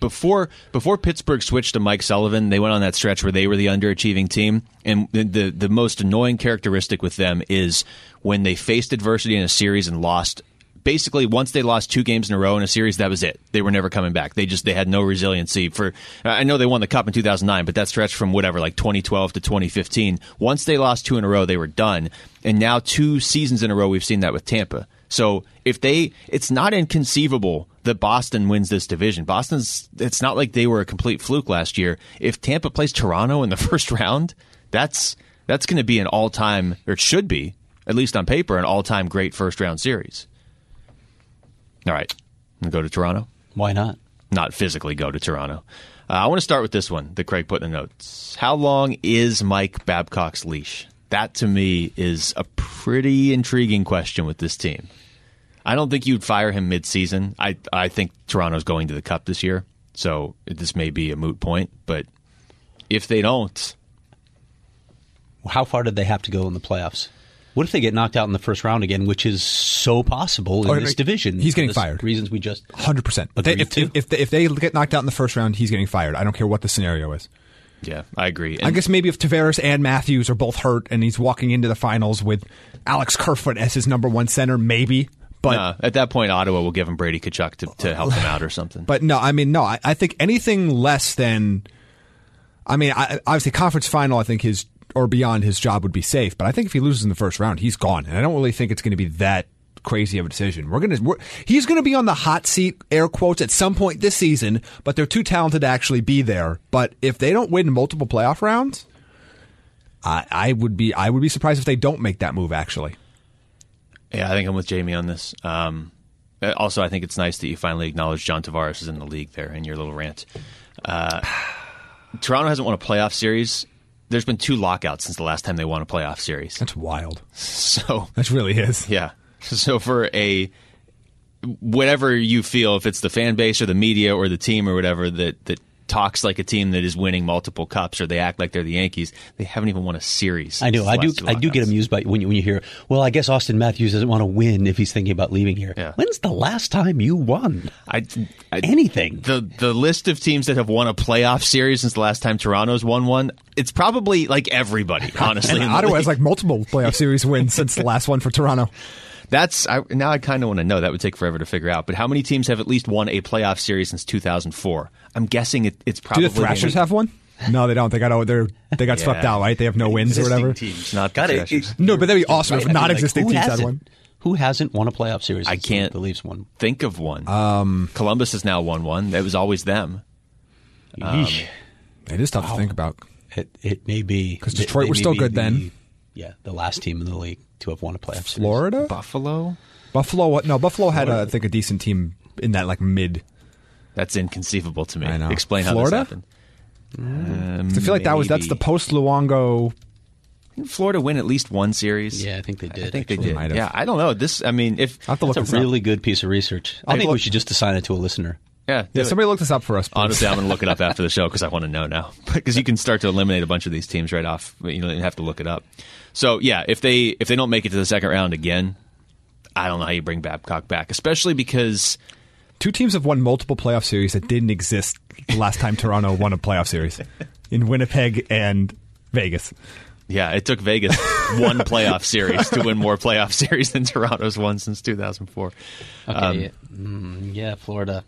[SPEAKER 2] before before Pittsburgh switched to Mike Sullivan, they went on that stretch where they were the underachieving team, and the the, the most annoying characteristic with them is when they faced adversity in a series and lost. Basically, once they lost two games in a row in a series, that was it. They were never coming back. They just they had no resiliency. For I know they won the cup in 2009, but that stretch from whatever like 2012 to 2015, once they lost two in a row, they were done. And now two seasons in a row, we've seen that with Tampa. So if they, it's not inconceivable that Boston wins this division. Boston's, it's not like they were a complete fluke last year. If Tampa plays Toronto in the first round, that's that's going to be an all time, or it should be, at least on paper, an all time great first round series. All right, and go to Toronto.
[SPEAKER 4] Why not?
[SPEAKER 2] Not physically go to Toronto. Uh, I want to start with this one that Craig put in the notes. How long is Mike Babcock's leash? That to me is a pretty intriguing question with this team. I don't think you'd fire him midseason. I I think Toronto's going to the Cup this year, so this may be a moot point. But if they don't,
[SPEAKER 4] how far did they have to go in the playoffs? What if they get knocked out in the first round again, which is so possible in
[SPEAKER 3] Oh,
[SPEAKER 4] this
[SPEAKER 3] right.
[SPEAKER 4] division?
[SPEAKER 3] He's
[SPEAKER 4] for
[SPEAKER 3] getting
[SPEAKER 4] the s-
[SPEAKER 3] fired.
[SPEAKER 4] Reasons we just
[SPEAKER 3] Hundred percent. If,
[SPEAKER 4] Agreed
[SPEAKER 3] if,
[SPEAKER 4] too.
[SPEAKER 3] if they, if they get knocked out in the first round, he's getting fired. I don't care what the scenario is.
[SPEAKER 2] yeah, I agree.
[SPEAKER 3] I
[SPEAKER 2] And-
[SPEAKER 3] guess maybe if Tavares and Matthews are both hurt and he's walking into the finals with Alex Kerfoot as his number one center, maybe. But
[SPEAKER 2] uh, at that point, Ottawa will give him Brady Kachuk to, to help him out or something.
[SPEAKER 3] but no, I mean no. I, I think anything less than, I mean, I, obviously conference final. I think his or beyond his job would be safe. But I think if he loses in the first round, he's gone. And I don't really think it's going to be that crazy of a decision. We're gonna we're, he's going to be on the hot seat, air quotes, at some point this season. But they're too talented to actually be there. But if they don't win multiple playoff rounds. I, I would be I would be surprised if they don't make that move. Actually,
[SPEAKER 2] Yeah, I think I'm with Jamie on this. Um, uh, also, I think it's nice that you finally acknowledge John Tavares is in the league there in your little rant. Uh, Toronto hasn't won a playoff series. There's been two lockouts since the last time they won a playoff series.
[SPEAKER 3] that's wild.
[SPEAKER 2] So,
[SPEAKER 3] That really is.
[SPEAKER 2] yeah. So, for a whatever you feel, if it's the fan base or the media or the team or whatever that, that talks like a team that is winning multiple cups, or they act like they're the Yankees. They haven't even won a series.
[SPEAKER 4] I know.
[SPEAKER 2] since
[SPEAKER 4] I
[SPEAKER 2] the
[SPEAKER 4] do.
[SPEAKER 2] last two
[SPEAKER 4] I do get
[SPEAKER 2] lockouts.
[SPEAKER 4] amused by when you when you hear. Well, I guess Austin Matthews doesn't want to win if he's thinking about leaving here.
[SPEAKER 2] Yeah.
[SPEAKER 4] When's the last time you won
[SPEAKER 2] I, I-
[SPEAKER 4] anything?
[SPEAKER 2] the the list of teams that have won a playoff series since the last time Toronto's won one, it's probably like everybody, honestly. in the
[SPEAKER 3] Ottawa
[SPEAKER 2] league.
[SPEAKER 3] has like multiple playoff series wins since the last one for Toronto.
[SPEAKER 2] That's I, now I kind of want to know. That would take forever to figure out. But how many teams have at least won a playoff series since 2004? I'm guessing it, it's
[SPEAKER 3] Do
[SPEAKER 2] probably
[SPEAKER 3] the Thrashers have one? No, they don't. They got oh, they're they got swept
[SPEAKER 2] Yeah.
[SPEAKER 3] out, right? They have no wins or whatever.
[SPEAKER 2] teams, not the Thrashers.
[SPEAKER 3] No, but that'd be awesome if
[SPEAKER 4] I'd be like,
[SPEAKER 3] non-existing
[SPEAKER 4] who
[SPEAKER 3] teams had
[SPEAKER 4] hasn't-
[SPEAKER 3] one.
[SPEAKER 4] Who hasn't won a playoff series?
[SPEAKER 2] I
[SPEAKER 4] since
[SPEAKER 2] can't-
[SPEAKER 4] The Leafs won.
[SPEAKER 2] Think of one.
[SPEAKER 3] Um,
[SPEAKER 2] Columbus has now won one. That was always them. Um,
[SPEAKER 4] Yeesh.
[SPEAKER 3] It is tough
[SPEAKER 4] Oh.
[SPEAKER 3] to think about.
[SPEAKER 4] It it may be
[SPEAKER 3] 'Cause
[SPEAKER 4] they-
[SPEAKER 3] Detroit
[SPEAKER 4] they
[SPEAKER 3] were
[SPEAKER 4] may
[SPEAKER 3] still
[SPEAKER 4] be
[SPEAKER 3] good
[SPEAKER 4] the-
[SPEAKER 3] then.
[SPEAKER 4] Yeah, the last team in the league to have won a playoff series.
[SPEAKER 3] Florida,
[SPEAKER 2] Buffalo.
[SPEAKER 3] Buffalo. No, Buffalo had uh, I think a decent team in that like mid.
[SPEAKER 2] That's inconceivable to me.
[SPEAKER 3] I know.
[SPEAKER 2] Explain
[SPEAKER 3] Florida?
[SPEAKER 2] how this happened. Um,
[SPEAKER 3] I feel like that was that's the
[SPEAKER 2] maybe.
[SPEAKER 3] post Luongo.
[SPEAKER 2] Didn't Florida win at least one series.
[SPEAKER 4] Yeah, I think they did.
[SPEAKER 2] I think
[SPEAKER 4] actually.
[SPEAKER 2] they did.
[SPEAKER 3] Might have.
[SPEAKER 2] Yeah, I don't know. This, I mean, if
[SPEAKER 3] I have to look
[SPEAKER 4] That's
[SPEAKER 3] this
[SPEAKER 4] a
[SPEAKER 3] up.
[SPEAKER 4] really good piece of research. I
[SPEAKER 3] I've
[SPEAKER 4] think we
[SPEAKER 3] looked-
[SPEAKER 4] should just assign it to a listener.
[SPEAKER 2] yeah, do
[SPEAKER 3] Yeah,
[SPEAKER 2] it.
[SPEAKER 3] somebody look this up for us. please.
[SPEAKER 2] Honestly, I'm going to look it up after the show because I want to know now. Because you can start to eliminate a bunch of these teams right off. You don't even have to look it up. So yeah, if they if they don't make it to the second round again, I don't know how you bring Babcock back, especially because
[SPEAKER 3] two teams have won multiple playoff series that didn't exist the last time Toronto won a playoff series in Winnipeg and Vegas.
[SPEAKER 2] yeah, it took Vegas one playoff series to win more playoff series than Toronto's won since 2004.
[SPEAKER 4] Okay.
[SPEAKER 2] Um,
[SPEAKER 4] yeah. Mm, yeah, Florida.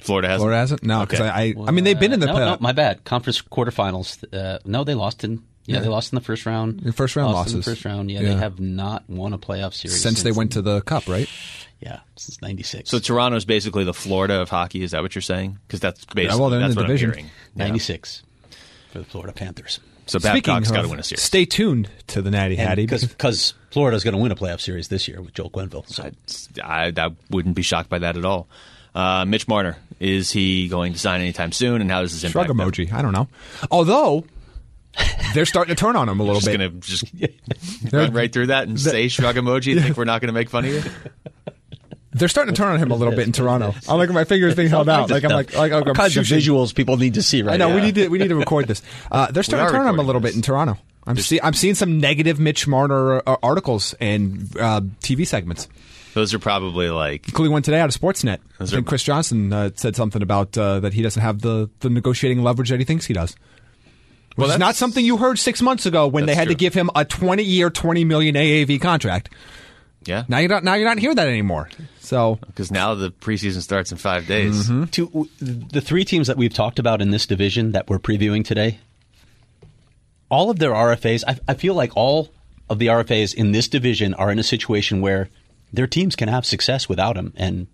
[SPEAKER 2] Florida has.
[SPEAKER 3] Or hasn't? No, because
[SPEAKER 2] Okay.
[SPEAKER 3] I, I, I mean they've been in the
[SPEAKER 4] no,
[SPEAKER 3] play-
[SPEAKER 4] no, my bad. Conference quarterfinals. Uh, no, they lost in. Yeah, they lost in the first round.
[SPEAKER 3] The first round
[SPEAKER 4] lost in the
[SPEAKER 3] losses.
[SPEAKER 4] first round. Yeah,
[SPEAKER 3] Yeah.
[SPEAKER 4] they have not won a playoff series
[SPEAKER 3] since, they went to the cup, right?
[SPEAKER 4] Yeah, since '96.
[SPEAKER 2] so Toronto's basically the Florida of hockey. Is that what you're saying? Because that's basically
[SPEAKER 3] well, they're in
[SPEAKER 2] that's
[SPEAKER 3] the
[SPEAKER 2] what
[SPEAKER 3] division.
[SPEAKER 2] I'm hearing. Yeah.
[SPEAKER 4] '96 for the Florida Panthers.
[SPEAKER 2] So Babcock's
[SPEAKER 3] Speaking
[SPEAKER 2] got to
[SPEAKER 3] of,
[SPEAKER 2] win a series.
[SPEAKER 3] Stay tuned to the Natty Hattie. because-
[SPEAKER 4] Because Florida's going to win a playoff series this year with Joel Quenville. So
[SPEAKER 2] I, I wouldn't be shocked by that at all. Uh, Mitch Marner, is he going to sign anytime soon? And how does this
[SPEAKER 3] Shrug
[SPEAKER 2] impact? them?
[SPEAKER 3] emoji. I don't know. Although they're starting to turn on him a little
[SPEAKER 2] Just
[SPEAKER 3] bit.
[SPEAKER 2] gonna just run right through that and say shrug emoji. and Think we're not gonna make fun of you?
[SPEAKER 3] They're starting to turn on him a little bit in Toronto. I'm like my fingers being held out. Like I'm like like, like
[SPEAKER 4] All
[SPEAKER 3] I'm
[SPEAKER 4] kinds of
[SPEAKER 3] shooting.
[SPEAKER 4] visuals people need to see right
[SPEAKER 3] I know
[SPEAKER 4] now.
[SPEAKER 3] we need to we need to record this. Uh, they're starting
[SPEAKER 2] are
[SPEAKER 3] to turn on him a
[SPEAKER 2] recording
[SPEAKER 3] little
[SPEAKER 2] this.
[SPEAKER 3] bit in Toronto. I'm see, I'm seeing some negative Mitch Marner uh, articles and uh, TV segments,
[SPEAKER 2] Those are probably like
[SPEAKER 3] including one today out of Sportsnet.
[SPEAKER 2] Those
[SPEAKER 3] And
[SPEAKER 2] are-
[SPEAKER 3] Chris Johnson uh, said something about uh, that he doesn't have the, the negotiating leverage that he thinks he does. Which
[SPEAKER 2] Well,
[SPEAKER 3] is
[SPEAKER 2] that's-
[SPEAKER 3] not something you heard six months ago when they
[SPEAKER 2] That's
[SPEAKER 3] had to
[SPEAKER 2] true.
[SPEAKER 3] give him a 20 year, 20 million AAV contract.
[SPEAKER 2] yeah.
[SPEAKER 3] Now you don't now you don't hear that anymore. So
[SPEAKER 2] Because now the preseason starts in five days.
[SPEAKER 3] Mm-hmm.
[SPEAKER 4] to the three teams that we've talked about in this division that we're previewing today. All of their RFAs, I, I feel like all of the RFAs in this division are in a situation where their teams can have success without him and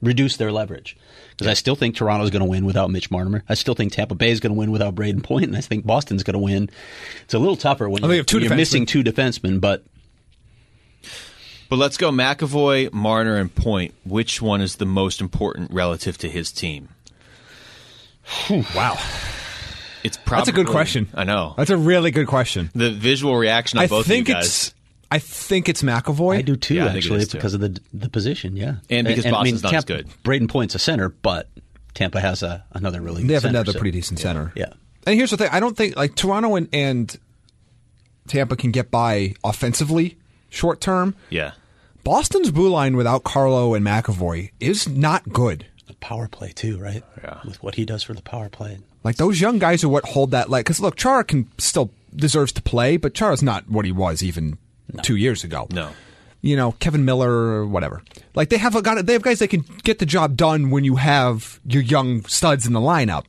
[SPEAKER 4] reduce their leverage. Because I still think Toronto's going to win without Mitch Marner. I still think Tampa Bay is going to win without Braden Point, and I think Boston's going to win. It's a little tougher when
[SPEAKER 3] I think
[SPEAKER 4] you're,
[SPEAKER 3] of Oh, two
[SPEAKER 4] when you're
[SPEAKER 3] defensemen.
[SPEAKER 4] missing two defensemen, but
[SPEAKER 2] But let's go McAvoy, Marner, and Point. Which one is the most important relative to his team?
[SPEAKER 3] wow,
[SPEAKER 2] It's probably
[SPEAKER 3] that's a good question.
[SPEAKER 2] I know
[SPEAKER 3] that's a really good question.
[SPEAKER 2] the visual reaction of
[SPEAKER 3] I
[SPEAKER 2] both
[SPEAKER 3] think
[SPEAKER 2] of you guys.
[SPEAKER 3] it's I think it's McAvoy.
[SPEAKER 4] I do too,
[SPEAKER 2] Yeah, I think it
[SPEAKER 4] actually,
[SPEAKER 2] is, too.
[SPEAKER 4] because of the the position. Yeah,
[SPEAKER 2] And because Boston's not as
[SPEAKER 4] Tampa-
[SPEAKER 2] good.
[SPEAKER 4] Braden Point's a center, but Tampa has a another really.
[SPEAKER 3] They
[SPEAKER 4] good
[SPEAKER 3] have
[SPEAKER 4] center,
[SPEAKER 3] another
[SPEAKER 4] so-
[SPEAKER 3] pretty decent center.
[SPEAKER 4] Yeah.
[SPEAKER 3] And here's the thing: I don't think like Toronto and, and Tampa can get by offensively short term.
[SPEAKER 2] yeah.
[SPEAKER 3] Boston's blue line without Carlo and McAvoy is not good.
[SPEAKER 4] The power play too, right?
[SPEAKER 2] Yeah.
[SPEAKER 4] With what he does for the power play,
[SPEAKER 3] Like those young guys are what hold that leg. Because look, Chara can still deserves to play, but Chara's not what he was even two years ago.
[SPEAKER 2] No.
[SPEAKER 3] you know Kevin Miller or whatever. Like they have a got they have guys that can get the job done when you have your young studs in the lineup.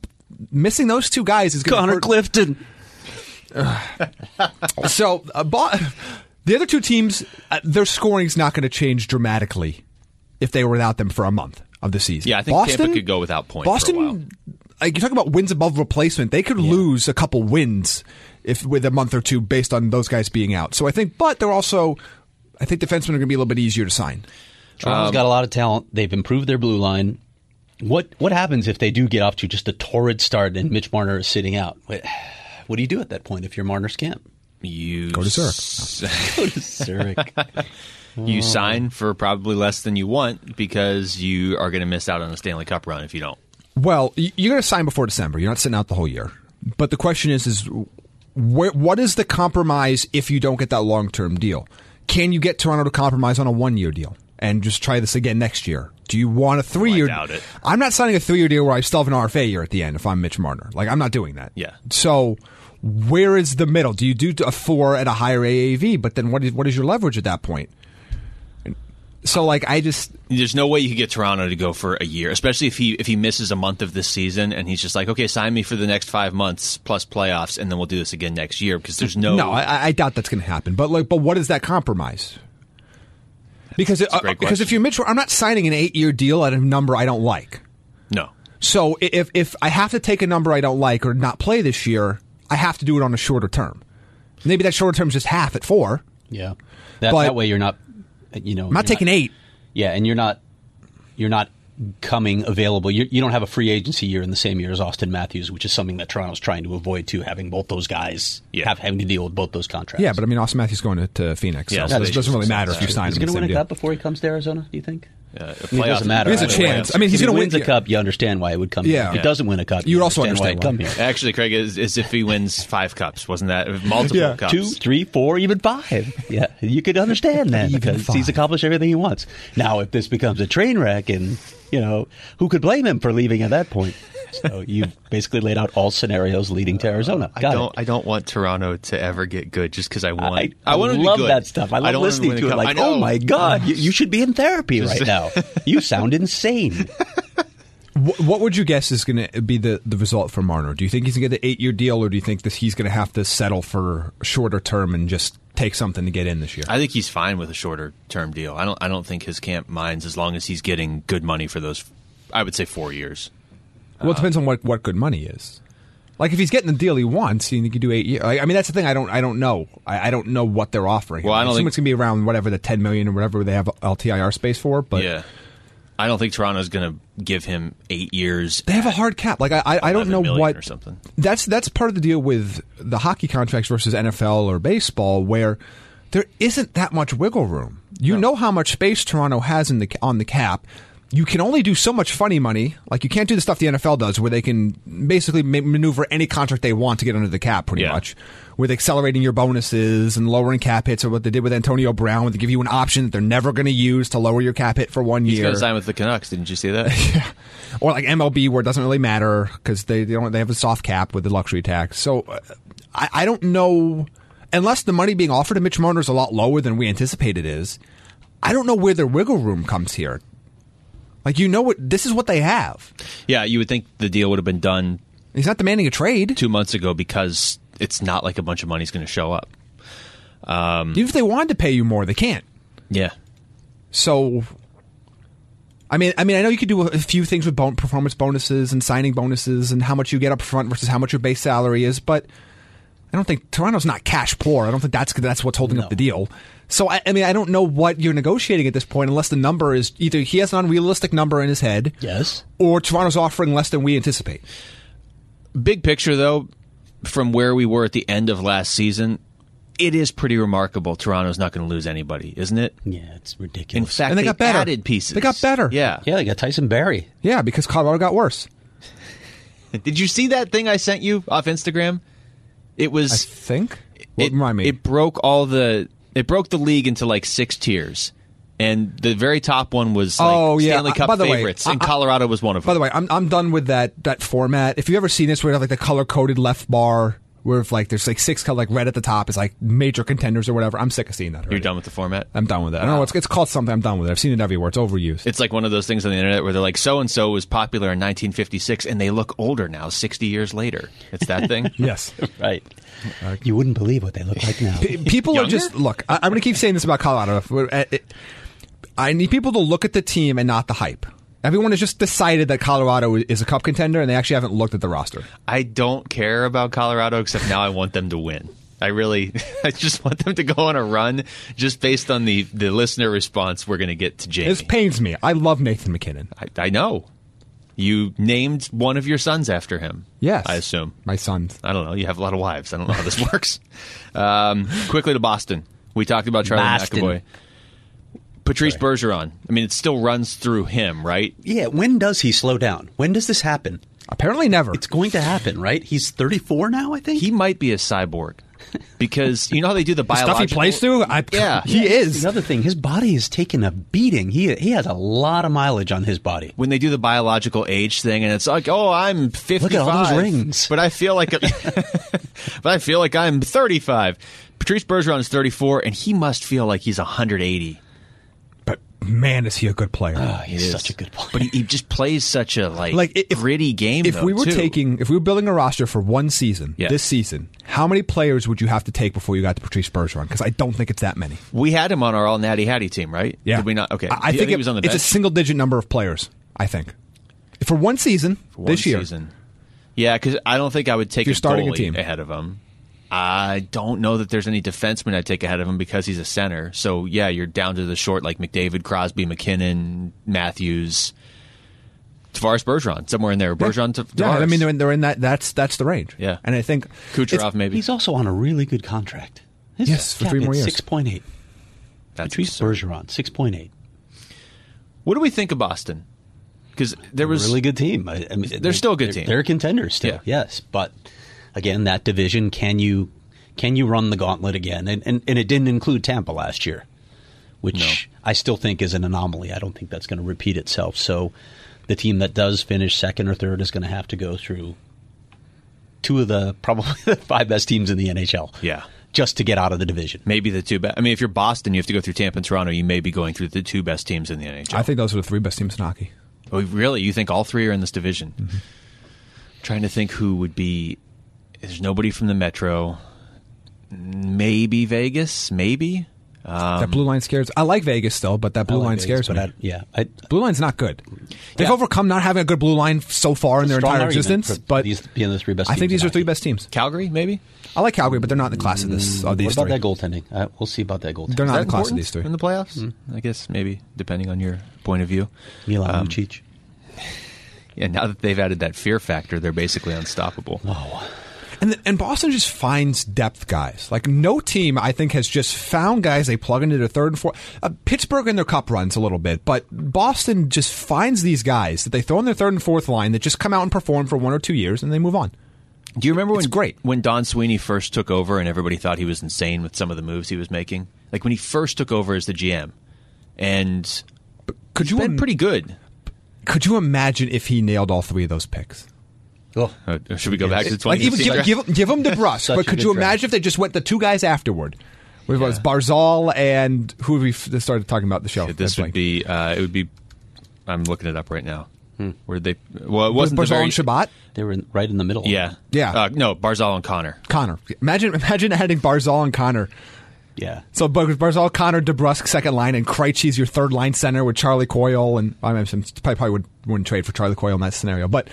[SPEAKER 3] Missing those two guys is going
[SPEAKER 4] Connor
[SPEAKER 3] to
[SPEAKER 4] Clifton.
[SPEAKER 3] So uh, Bo- the other two teams, uh, their scoring's not going to change dramatically if they were without them for a month of the season.
[SPEAKER 2] Yeah, I think Tampa
[SPEAKER 3] Boston
[SPEAKER 2] could go without Point for a
[SPEAKER 3] Boston,
[SPEAKER 2] while.
[SPEAKER 3] like you talk about wins above replacement, they could lose a couple wins if with a month or two based on those guys being out. So I think, but they're also. I think defensemen are going to be a little bit easier to sign.
[SPEAKER 4] Toronto's
[SPEAKER 2] Um,
[SPEAKER 4] got a lot of talent. They've improved their blue line. What what happens if they do get off to just a torrid start and Mitch Marner is sitting out? What, what do you do at that point if you're Marner's camp?
[SPEAKER 2] You
[SPEAKER 3] Go to
[SPEAKER 2] Zurich.
[SPEAKER 4] Go to Zurich. Oh.
[SPEAKER 2] you sign for probably less than you want because you are going to miss out on a Stanley Cup run if you don't.
[SPEAKER 3] Well, y- you're going to sign before December. You're not sitting out the whole year. But the question is, is where, what is the compromise if you don't get that long term deal? Can you get Toronto to compromise on a one year deal and just try this again next year? Do you want a three year?
[SPEAKER 2] doubt it.
[SPEAKER 3] I'm not signing a three year deal where I still have an RFA year at the end if I'm Mitch Marner. Like I'm not doing that.
[SPEAKER 2] Yeah.
[SPEAKER 3] So where is the middle? Do you do a four at a higher AAV? But then what is what is your leverage at that point? So like I just
[SPEAKER 2] There's no way you could get Toronto to go for a year, especially if he if he misses a month of this season and he's just like, okay, sign me for the next five months plus playoffs, and then we'll do this again next year because there's no.
[SPEAKER 3] No, I, I doubt that's going to happen. But like, but what is that compromise? Because it,
[SPEAKER 2] a great
[SPEAKER 3] uh, because if
[SPEAKER 2] question.
[SPEAKER 3] you're Mitchell, I'm not signing an eight year deal at a number I don't like.
[SPEAKER 2] no.
[SPEAKER 3] So i- if if I have to take a number I don't like or not play this year, I have to do it on a shorter term. Maybe that shorter term is just half at four.
[SPEAKER 4] Yeah, that,
[SPEAKER 3] But-
[SPEAKER 4] that way you're not, you know,
[SPEAKER 3] I'm not taking eight.
[SPEAKER 4] Yeah, and you're not you're not coming available. You, you don't have a free agency year in the same year as Austin Matthews, which is something that Toronto's trying to avoid too, having both those guys
[SPEAKER 2] Yeah.
[SPEAKER 4] have having to deal with both those contracts.
[SPEAKER 3] Yeah, but I mean, Austin Matthews going to, to Phoenix.
[SPEAKER 2] Yeah,
[SPEAKER 3] Yeah,
[SPEAKER 2] so
[SPEAKER 3] so it
[SPEAKER 2] they
[SPEAKER 3] doesn't
[SPEAKER 2] should
[SPEAKER 3] really
[SPEAKER 2] just
[SPEAKER 3] matter if you
[SPEAKER 2] decide.
[SPEAKER 3] sign
[SPEAKER 4] is he
[SPEAKER 3] him.
[SPEAKER 4] going
[SPEAKER 3] the
[SPEAKER 4] to win
[SPEAKER 3] same
[SPEAKER 4] a
[SPEAKER 3] deal.
[SPEAKER 4] cup before he comes to Arizona? Do you think?
[SPEAKER 2] Uh, a
[SPEAKER 4] I mean, it
[SPEAKER 2] playoff-
[SPEAKER 4] doesn't matter.
[SPEAKER 3] He has a
[SPEAKER 4] either way.
[SPEAKER 3] chance. I mean,
[SPEAKER 4] If
[SPEAKER 3] he's
[SPEAKER 4] he
[SPEAKER 3] gonna
[SPEAKER 4] wins
[SPEAKER 3] win-
[SPEAKER 4] a cup. You understand why it would come.
[SPEAKER 3] Yeah.
[SPEAKER 4] here. If he doesn't win a cup,
[SPEAKER 3] You would also
[SPEAKER 4] why
[SPEAKER 3] understand
[SPEAKER 4] it
[SPEAKER 3] why.
[SPEAKER 4] come here.
[SPEAKER 2] Actually, Craig is, is if he wins five cups, wasn't that multiple
[SPEAKER 3] Yeah.
[SPEAKER 2] cups?
[SPEAKER 4] Two, three, four, even five. Yeah, you could understand that
[SPEAKER 3] Even
[SPEAKER 4] because he's
[SPEAKER 3] five.
[SPEAKER 4] accomplished everything he wants. Now, if this becomes a train wreck, and you know, who could blame him for leaving at that point? So you've basically laid out all scenarios leading to Arizona.
[SPEAKER 2] I
[SPEAKER 4] Got it.
[SPEAKER 2] don't. I don't want Toronto to ever get good just because I want.
[SPEAKER 4] I,
[SPEAKER 2] want 'em to be
[SPEAKER 4] love
[SPEAKER 2] good.
[SPEAKER 4] that stuff. I love
[SPEAKER 2] don't want 'em
[SPEAKER 4] listening
[SPEAKER 2] win a
[SPEAKER 4] to it.
[SPEAKER 2] cup. I
[SPEAKER 4] Like,
[SPEAKER 2] know.
[SPEAKER 4] oh my god, you, you should be in therapy right now. You sound insane.
[SPEAKER 3] What, what would you guess is going to be the, the result for Marner? Do you think he's going to get the eight year deal, or do you think that he's going to have to settle for shorter term and just take something to get in this year?
[SPEAKER 2] I think he's fine with a shorter term deal. I don't. I don't think his camp minds as long as he's getting good money for those. I would say four years.
[SPEAKER 3] Well, it depends on what, what good money is. Like if he's getting the deal he wants, you think you do eight years. Like, I mean, that's the thing. I don't. I don't know. I, I don't know what they're offering.
[SPEAKER 2] Well, I don't
[SPEAKER 3] assume
[SPEAKER 2] think-
[SPEAKER 3] it's going to be around whatever the ten million or whatever they have LTIR space for. But
[SPEAKER 2] yeah, I don't think Toronto's going to give him eight years.
[SPEAKER 3] they have a hard cap. Like I, I, I don't
[SPEAKER 2] 11
[SPEAKER 3] know
[SPEAKER 2] million
[SPEAKER 3] what
[SPEAKER 2] or something.
[SPEAKER 3] That's that's part of the deal with the hockey contracts versus NFL or baseball, where there isn't that much wiggle room. You know how much space Toronto has in the on the cap. You can only do so much funny money. Like you can't do the stuff the NFL does, where they can basically ma- maneuver any contract they want to get under the cap, pretty
[SPEAKER 2] Yeah.
[SPEAKER 3] much, with accelerating your bonuses and lowering cap hits, or what they did with Antonio Brown, where they give you an option that they're never going to use to lower your cap hit for one
[SPEAKER 2] He's
[SPEAKER 3] year
[SPEAKER 2] going to sign with the Canucks. Didn't you see that?
[SPEAKER 3] or like MLB where it doesn't really matter because they, they don't they have a soft cap with the luxury tax. So uh, I, I don't know unless the money being offered to Mitch Marner is a lot lower than we anticipate it is. I don't know where their wiggle room comes here. Like you know what this is what they have.
[SPEAKER 2] yeah, you would think the deal would have been done
[SPEAKER 3] He's not demanding a trade.
[SPEAKER 2] two months ago because it's not like a bunch of money's going to show up.
[SPEAKER 3] Even if they wanted to pay you more, they can't.
[SPEAKER 2] Yeah,
[SPEAKER 3] So, I mean, I mean, I know you could do a, a few things with bon- performance bonuses and signing bonuses and how much you get up front versus how much your base salary is, but I don't think Toronto's not cash poor. I don't think that's that's what's holding up the deal. So, I, I mean, I don't know what you're negotiating at this point, unless the number is either he has an unrealistic number in his head,
[SPEAKER 4] Yes.
[SPEAKER 3] or Toronto's offering less than we anticipate.
[SPEAKER 2] big picture though, from where we were at the end of last season, it is pretty remarkable. Toronto's not going to lose anybody, isn't it?
[SPEAKER 4] Yeah, it's
[SPEAKER 2] In
[SPEAKER 4] ridiculous.
[SPEAKER 2] fact,
[SPEAKER 3] And they got better.
[SPEAKER 2] added pieces.
[SPEAKER 3] They got better.
[SPEAKER 2] Yeah.
[SPEAKER 4] yeah, they got Tyson Berry.
[SPEAKER 3] Yeah, because Colorado got worse.
[SPEAKER 2] Did you see that thing I sent you off Instagram? It
[SPEAKER 3] I
[SPEAKER 2] was
[SPEAKER 3] think. Well,
[SPEAKER 2] it,
[SPEAKER 3] remind me.
[SPEAKER 2] it broke all the it broke the league into like six tiers. And the very top one was like
[SPEAKER 3] Oh, yeah.
[SPEAKER 2] Stanley
[SPEAKER 3] Uh,
[SPEAKER 2] Cup
[SPEAKER 3] by the way,
[SPEAKER 2] favorites, and
[SPEAKER 3] I- I-
[SPEAKER 2] Colorado was one of them.
[SPEAKER 3] By the way, I'm I'm done with that that format. If you ever seen this, where you have like the color coded left bar, where if like there's like six color, like red at the top is like major contenders or whatever. I'm sick of seeing that.
[SPEAKER 2] You're
[SPEAKER 3] already.
[SPEAKER 2] done with the format.
[SPEAKER 3] I'm done with it. I don't know. It's, it's called something. I'm done with it. I've seen it everywhere. It's overused.
[SPEAKER 2] It's like one of those things on the internet where they're like, so and so was popular in 1956, and they look older now, 60 years later. It's that thing.
[SPEAKER 3] yes.
[SPEAKER 4] Right. you wouldn't believe what they look like now.
[SPEAKER 3] P- people are
[SPEAKER 2] Younger?
[SPEAKER 3] just look. I, I'm going to keep saying this about Colorado. If we're- uh, it- I need people to look at the team and not the hype. Everyone has just decided that Colorado is a cup contender, and they actually haven't looked at the roster.
[SPEAKER 2] I don't care about Colorado, except now I want them to win. I really, I just want them to go on a run, just based on the the listener response we're going to get to Jamie.
[SPEAKER 3] This pains me. I love Nathan McKinnon.
[SPEAKER 2] I, I know. You named one of your sons after him.
[SPEAKER 3] Yes,
[SPEAKER 2] I assume.
[SPEAKER 3] my son's.
[SPEAKER 2] I don't know. You have a lot of wives. I don't know how this works. Um, quickly to Boston. We talked about Charlie
[SPEAKER 4] Boston.
[SPEAKER 2] McAvoy. Patrice Bergeron. I mean, it still runs through him, right?
[SPEAKER 4] Yeah, when does he slow down? When does this happen?
[SPEAKER 3] Apparently, never.
[SPEAKER 4] It's going to happen, right? He's 34 now, I think.
[SPEAKER 2] He might be a cyborg because you know how they do the
[SPEAKER 3] The
[SPEAKER 2] biological
[SPEAKER 3] stuff he plays through. I,
[SPEAKER 2] Yeah.
[SPEAKER 3] he is.
[SPEAKER 4] Another thing, his body has taken a beating. He he has a lot of mileage on his body.
[SPEAKER 2] when they do the biological age thing, and it's like, oh, I'm 55.
[SPEAKER 4] Look at all those rings.
[SPEAKER 2] but I feel like, but I feel like I'm 35. Patrice Bergeron is 34, and he must feel like he's 180.
[SPEAKER 3] But man, is he a good player.
[SPEAKER 4] He's such a good player.
[SPEAKER 2] But Ah, he, he just plays such a like,
[SPEAKER 3] like i- if,
[SPEAKER 2] gritty game.
[SPEAKER 3] If
[SPEAKER 2] though,
[SPEAKER 3] we were
[SPEAKER 2] too.
[SPEAKER 3] taking, if we were building a roster for one season,
[SPEAKER 2] Yeah.
[SPEAKER 3] this season, how many players would you have to take before you got to Patrice Bergeron? Because I don't think it's that many.
[SPEAKER 2] we had him on our all natty hattie team, right? Did we not? Okay,
[SPEAKER 3] I, I
[SPEAKER 2] Do you
[SPEAKER 3] think,
[SPEAKER 2] he
[SPEAKER 3] it-
[SPEAKER 2] was on the
[SPEAKER 3] it's
[SPEAKER 2] bench
[SPEAKER 3] a single digit number of players. I think for one season
[SPEAKER 2] for one
[SPEAKER 3] this year.
[SPEAKER 2] Season. Yeah, because I don't think I would take
[SPEAKER 3] If you're
[SPEAKER 2] a
[SPEAKER 3] starting a
[SPEAKER 2] goalie
[SPEAKER 3] team.
[SPEAKER 2] ahead of him. I don't know that there's any defenseman I'd take ahead of him because he's a center. So yeah, you're down to the short like McDavid, Crosby, McKinnon, Matthews, Tavares, Bergeron, somewhere in there. Bergeron, Tav- Tavares.
[SPEAKER 3] Yeah, I mean they're in, they're in that. That's that's the range.
[SPEAKER 2] Yeah.
[SPEAKER 3] and I think
[SPEAKER 2] Kucherov, maybe.
[SPEAKER 4] He's also on a really good contract. His
[SPEAKER 3] Yes, for
[SPEAKER 4] cap
[SPEAKER 3] three more
[SPEAKER 4] hit's
[SPEAKER 3] years.
[SPEAKER 4] 6.8.
[SPEAKER 2] That's
[SPEAKER 4] Patrice
[SPEAKER 2] absurd.
[SPEAKER 4] Bergeron, 6.8.
[SPEAKER 2] What do we think of Boston? Because there was
[SPEAKER 4] really good team. I, I mean, they're,
[SPEAKER 2] still a good
[SPEAKER 4] they're-
[SPEAKER 2] team.
[SPEAKER 4] They're contenders still.
[SPEAKER 2] Yeah.
[SPEAKER 4] Yes, but again, that division can you can you run the gauntlet again? And and, and it didn't include Tampa last year, which I still think is an anomaly. I don't think that's going to repeat itself. So the team that does finish second or third is going to have to go through two of the probably the five best teams in the NHL.
[SPEAKER 2] Yeah.
[SPEAKER 4] Just to get out of the division.
[SPEAKER 2] maybe the two best. I mean, if you're Boston, you have to go through Tampa and Toronto. You may be going through the two best teams in the NHL.
[SPEAKER 3] I think those are the three best teams in hockey.
[SPEAKER 2] Oh, really? You think all three are in this division?
[SPEAKER 3] Mm-hmm.
[SPEAKER 2] Trying to think who would be. There's nobody from the Metro. Maybe Vegas. Maybe. Um,
[SPEAKER 3] that blue line scares. I like Vegas still, but that blue line scares
[SPEAKER 4] but
[SPEAKER 3] me.
[SPEAKER 4] I, yeah, I,
[SPEAKER 3] blue line's not good. They've overcome not having a good blue line so far in their
[SPEAKER 4] strong
[SPEAKER 3] entire
[SPEAKER 4] argument
[SPEAKER 3] existence.
[SPEAKER 4] for
[SPEAKER 3] But
[SPEAKER 4] these being the three best.
[SPEAKER 3] I think
[SPEAKER 4] teams
[SPEAKER 3] these
[SPEAKER 4] in
[SPEAKER 3] are three
[SPEAKER 4] hockey.
[SPEAKER 3] best teams.
[SPEAKER 2] Calgary, maybe?
[SPEAKER 3] I like Calgary, but they're not in the class of this. Of these
[SPEAKER 4] What about
[SPEAKER 3] three.
[SPEAKER 4] that goaltending? Uh, we'll see about that goaltending.
[SPEAKER 3] They're not in
[SPEAKER 2] Is
[SPEAKER 3] the
[SPEAKER 2] that
[SPEAKER 3] class
[SPEAKER 2] important
[SPEAKER 3] of these three. Mm-hmm.
[SPEAKER 2] in the playoffs? I guess maybe, depending on your point of view.
[SPEAKER 4] Milan
[SPEAKER 3] Um,
[SPEAKER 4] Lucic.
[SPEAKER 2] Yeah, now that they've added that fear factor, they're basically unstoppable.
[SPEAKER 3] And and Boston just finds depth guys. Like no team, I think, has just found guys they plug into their third and fourth. Uh, Pittsburgh in their cup runs a little bit, but Boston just finds these guys that they throw in their third and fourth line that just come out and perform for one or two years and they move on.
[SPEAKER 2] Do you remember when
[SPEAKER 3] It's great.
[SPEAKER 2] when Don Sweeney first took over and everybody thought he was insane with some of the moves he was making? Like when he first took over as the GM, and
[SPEAKER 3] Could you
[SPEAKER 2] been
[SPEAKER 3] im-
[SPEAKER 2] pretty good.
[SPEAKER 3] Could you imagine if he nailed all three of those picks?
[SPEAKER 4] Oh,
[SPEAKER 2] Uh, should we go back to the 20
[SPEAKER 3] Like even give, give, him- give him DeBrus,
[SPEAKER 4] Such
[SPEAKER 3] but
[SPEAKER 4] a
[SPEAKER 3] could
[SPEAKER 4] good
[SPEAKER 3] you
[SPEAKER 4] draft.
[SPEAKER 3] imagine if they just went the two guys afterward? It was Barzal and who we f- started talking about the show.
[SPEAKER 2] This
[SPEAKER 3] I'm
[SPEAKER 2] would
[SPEAKER 3] blanking.
[SPEAKER 2] be. Uh, it would be. I'm looking it up right now. Where did they? Well, it
[SPEAKER 3] was
[SPEAKER 2] wasn't
[SPEAKER 3] Hmm. Barzal
[SPEAKER 2] the very,
[SPEAKER 3] and Shabbat.
[SPEAKER 4] they were in, right in the middle.
[SPEAKER 2] Yeah,
[SPEAKER 3] Yeah.
[SPEAKER 2] Uh, no, Barzal and Connor.
[SPEAKER 3] Connor. Imagine imagine adding Barzal and Connor.
[SPEAKER 4] yeah.
[SPEAKER 3] So Bar- Barzal, Connor, DeBrusque second line, and Krejci's your third line center with Charlie Coyle. And I mean, some- probably, probably would, wouldn't trade for Charlie Coyle in that scenario, but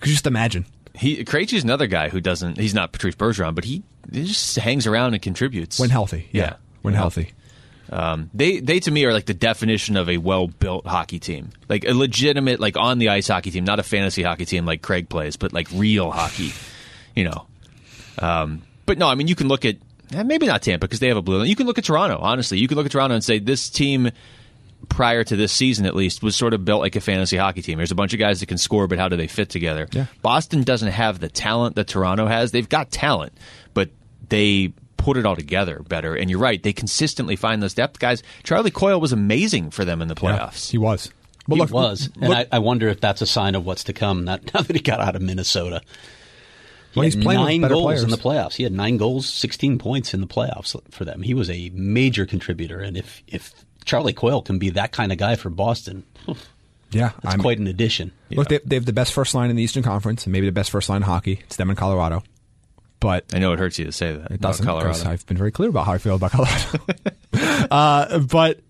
[SPEAKER 3] could you just imagine.
[SPEAKER 2] He Krejci's another guy who doesn't. He's not Patrice Bergeron, but he, he just hangs around and contributes
[SPEAKER 3] When healthy. Yeah. When healthy.
[SPEAKER 2] They they to me are like the definition of a well built hockey team, like a legitimate like on the ice hockey team, not a fantasy hockey team like Craig plays, but like real hockey, you know. Um, but no, I mean you can look at eh, maybe not Tampa because they have a blue. line. You can look at Toronto. Honestly, you can look at Toronto and say this team prior to this season at least was sort of built like a fantasy hockey team. There's a bunch of guys that can score, but how do they fit together?
[SPEAKER 3] Yeah.
[SPEAKER 2] Boston doesn't have the talent that Toronto has. They've got talent, but they put it all together better. And you're right, they consistently find those depth guys. Charlie Coyle was amazing for them in the playoffs.
[SPEAKER 3] He was. But
[SPEAKER 4] He
[SPEAKER 3] look,
[SPEAKER 4] was. And
[SPEAKER 3] look-
[SPEAKER 4] I, I wonder if that's a sign of what's to come not, now that he got out of Minnesota. He
[SPEAKER 3] Well,
[SPEAKER 4] had
[SPEAKER 3] he's playing with
[SPEAKER 4] nine
[SPEAKER 3] better
[SPEAKER 4] goals
[SPEAKER 3] players.
[SPEAKER 4] in the playoffs. He had nine goals, 16 points in the playoffs for them. He was a major contributor. And if, if Charlie Coyle can be that kind of guy for Boston,
[SPEAKER 3] yeah,
[SPEAKER 4] that's
[SPEAKER 3] I'm-
[SPEAKER 4] quite an addition.
[SPEAKER 3] Look, they, they have the best first line in the Eastern Conference, and maybe the best first line in hockey. It's them in Colorado, but
[SPEAKER 2] I know it hurts you to say that.
[SPEAKER 3] it
[SPEAKER 2] about
[SPEAKER 3] doesn't.
[SPEAKER 2] Colorado.
[SPEAKER 3] because I've been very clear about how I feel about Colorado. uh, but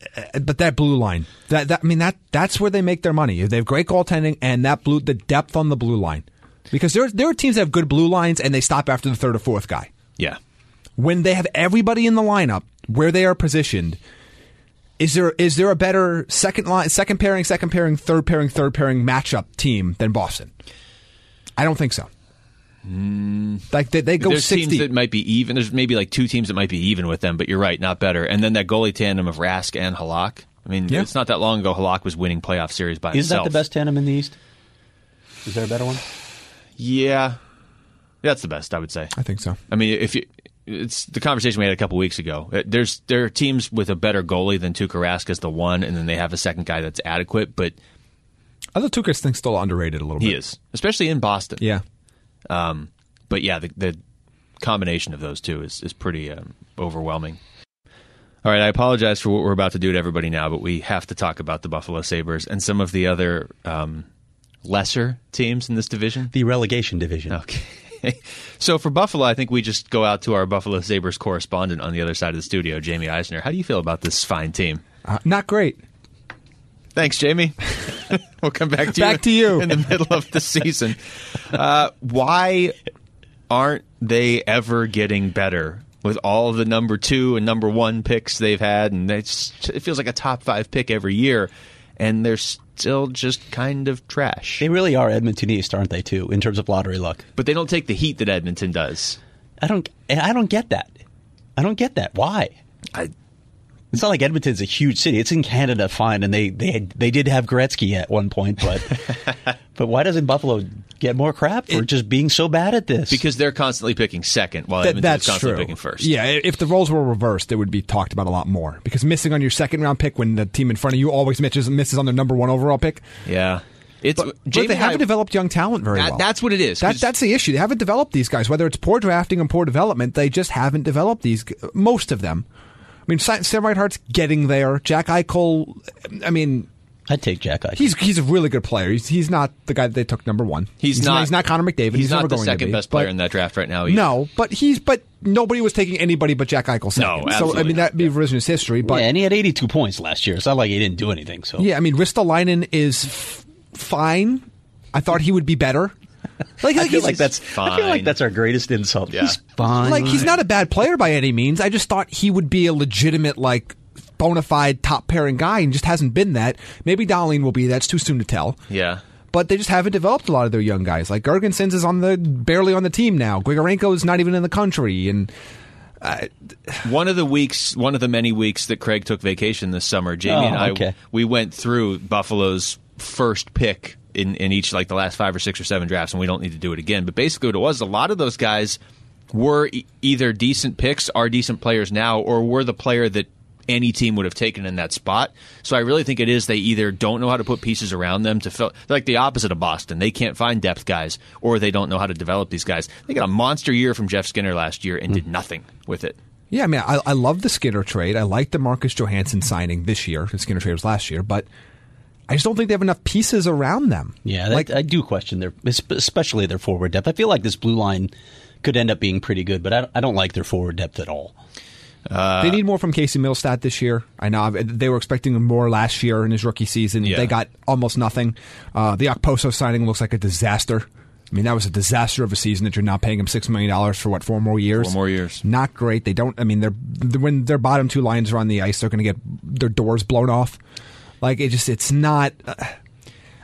[SPEAKER 3] but that blue line, that, that I mean that that's where they make their money. They have great goaltending and that blue, the depth on the blue line, because there there are teams that have good blue lines and they stop after the third or fourth guy.
[SPEAKER 2] Yeah.
[SPEAKER 3] When they have everybody in the lineup where they are positioned, is there is there a better second line, second pairing, second pairing, third pairing, third pairing matchup team than Boston? I don't think so. Like they, they go
[SPEAKER 2] Mm. There's
[SPEAKER 3] six
[SPEAKER 2] teams
[SPEAKER 3] deep.
[SPEAKER 2] that might be even. There's maybe like two teams that might be even with them, but you're right, not better. And then that goalie tandem of Rask and Halak. I mean,
[SPEAKER 3] Yeah.
[SPEAKER 2] it's not that long ago Halak was winning playoff series by
[SPEAKER 4] Is that
[SPEAKER 2] himself.
[SPEAKER 4] the best tandem in the East? Is there a better one?
[SPEAKER 2] Yeah, that's the best I would say.
[SPEAKER 3] I think so.
[SPEAKER 2] I mean, if you, it's the conversation we had a couple weeks ago. Uh, There's there are teams with a better goalie than Tuukka Rask as the one, and then they have a second guy that's adequate, but
[SPEAKER 3] I thought Tuukka's thing's still underrated a little
[SPEAKER 2] he
[SPEAKER 3] bit.
[SPEAKER 2] is, especially in Boston.
[SPEAKER 3] Yeah.
[SPEAKER 2] But yeah, the, the combination of those two is is pretty um, overwhelming. All right, I apologize for what we're about to do to everybody now, but we have to talk about the Buffalo Sabers and some of the other um, lesser teams in this division.
[SPEAKER 4] The relegation division.
[SPEAKER 3] Oh.
[SPEAKER 2] Okay. So for Buffalo, I think we just go out to our Buffalo Sabres correspondent on the other side of the studio, Jamie Eisner. How do you feel about this fine team?
[SPEAKER 3] Uh, not great.
[SPEAKER 2] Thanks, Jamie. we'll come back to you,
[SPEAKER 3] Back to you.
[SPEAKER 2] in the middle of the season. Uh, why aren't they ever getting better with all the number two and number one picks they've had? And it's, it feels like a top five pick every year, and they're still just kind of trash.
[SPEAKER 4] They really are Edmonton East, aren't they? Too in terms of lottery luck.
[SPEAKER 2] But they don't take the heat that Edmonton does.
[SPEAKER 4] I don't. and I don't get that. I don't get that. Why?
[SPEAKER 2] I,
[SPEAKER 4] It's not like Edmonton's a huge city. It's in Canada, fine, and they they had, they did have Gretzky at one point, but but why doesn't Buffalo get more crap for just being so bad at this?
[SPEAKER 2] because they're constantly picking second while
[SPEAKER 3] That,
[SPEAKER 2] Edmonton's
[SPEAKER 3] that's
[SPEAKER 2] constantly
[SPEAKER 3] true.
[SPEAKER 2] picking first.
[SPEAKER 3] Yeah, i- if the roles were reversed, it would be talked about a lot more because missing on your second round pick when the team in front of you always misses, misses on their number one overall pick.
[SPEAKER 2] yeah. It's
[SPEAKER 3] But, but
[SPEAKER 2] Jamie
[SPEAKER 3] they
[SPEAKER 2] and I-
[SPEAKER 3] haven't developed young talent very
[SPEAKER 2] That-
[SPEAKER 3] well.
[SPEAKER 2] That's what it is.
[SPEAKER 3] That,
[SPEAKER 2] 'cause-
[SPEAKER 3] that's the issue. They haven't developed these guys. Whether it's poor drafting and poor development, they just haven't developed these. g- Most of them. I mean, Si- Sam Reinhart's getting there. Jack Eichel. I mean,
[SPEAKER 4] I'd take Jack Eichel.
[SPEAKER 3] he's he's a really good player. He's, he's not the guy that they took number one.
[SPEAKER 2] He's, not.
[SPEAKER 3] He's not Connor McDavid. He's,
[SPEAKER 2] not
[SPEAKER 3] never
[SPEAKER 2] the
[SPEAKER 3] going to
[SPEAKER 2] second
[SPEAKER 3] be,
[SPEAKER 2] best player
[SPEAKER 3] but-
[SPEAKER 2] in that draft right now. Either.
[SPEAKER 3] No, but he's but nobody was taking anybody but Jack Eichel second. so I
[SPEAKER 2] absolutely
[SPEAKER 3] mean
[SPEAKER 2] not.
[SPEAKER 3] that'd be revisionist history. But
[SPEAKER 4] yeah,
[SPEAKER 3] yeah,
[SPEAKER 4] and he had 82 points last year. It's not like he didn't do anything. So
[SPEAKER 3] I mean Ristolainen is f- fine. I thought he would be better. Like, like
[SPEAKER 4] I feel
[SPEAKER 3] he's,
[SPEAKER 4] like that's I feel
[SPEAKER 2] fine.
[SPEAKER 4] like that's our greatest insult.
[SPEAKER 2] Yeah.
[SPEAKER 4] He's fine.
[SPEAKER 3] like he's not a bad player by any means. I just thought he would be a legitimate like bona fide top pairing guy and just hasn't been that. Maybe Darlene will be. That's too soon to tell.
[SPEAKER 2] Yeah.
[SPEAKER 3] But they just haven't developed a lot of their young guys. Like Gergensons is on the barely on the team now. Grigorenko is not even in the country, and
[SPEAKER 2] One of the weeks, one of the many weeks that Craig took vacation this summer, Jamie
[SPEAKER 4] Oh,
[SPEAKER 2] and I,
[SPEAKER 4] okay.
[SPEAKER 2] we went through Buffalo's first pick in, in each, like the last five or six or seven drafts, and we don't need to do it again. But basically, what it was, a lot of those guys were e- either decent picks, are decent players now, or were the player that any team would have taken in that spot. So I really think it is they either don't know how to put pieces around them to fill, they're like the opposite of Boston. They can't find depth guys, or they don't know how to develop these guys. They got a monster year from Jeff Skinner last year and
[SPEAKER 4] Hmm.
[SPEAKER 2] did nothing with it.
[SPEAKER 3] Yeah, I mean, I, I love the Skinner trade. I like the Marcus Johansson signing this year. The Skinner trade was last year, but I just don't think they have enough pieces around them.
[SPEAKER 4] Yeah, that,
[SPEAKER 3] like
[SPEAKER 4] I do question their, especially their forward depth. I feel like this blue line could end up being pretty good, but I, I don't like their forward depth at all.
[SPEAKER 3] they need more from Casey Millstat this year. I know I've- they were expecting more last year in his rookie season.
[SPEAKER 2] Yeah.
[SPEAKER 3] They got almost nothing. Uh, the Okposo signing looks like a disaster. I mean, that was a disaster of a season that you're not paying him six million dollars for what four more years?
[SPEAKER 2] Four more years.
[SPEAKER 3] Not great. They don't. I mean, they're when their bottom two lines are on the ice, they're going to get their doors blown off. Like it just, it's not. uh,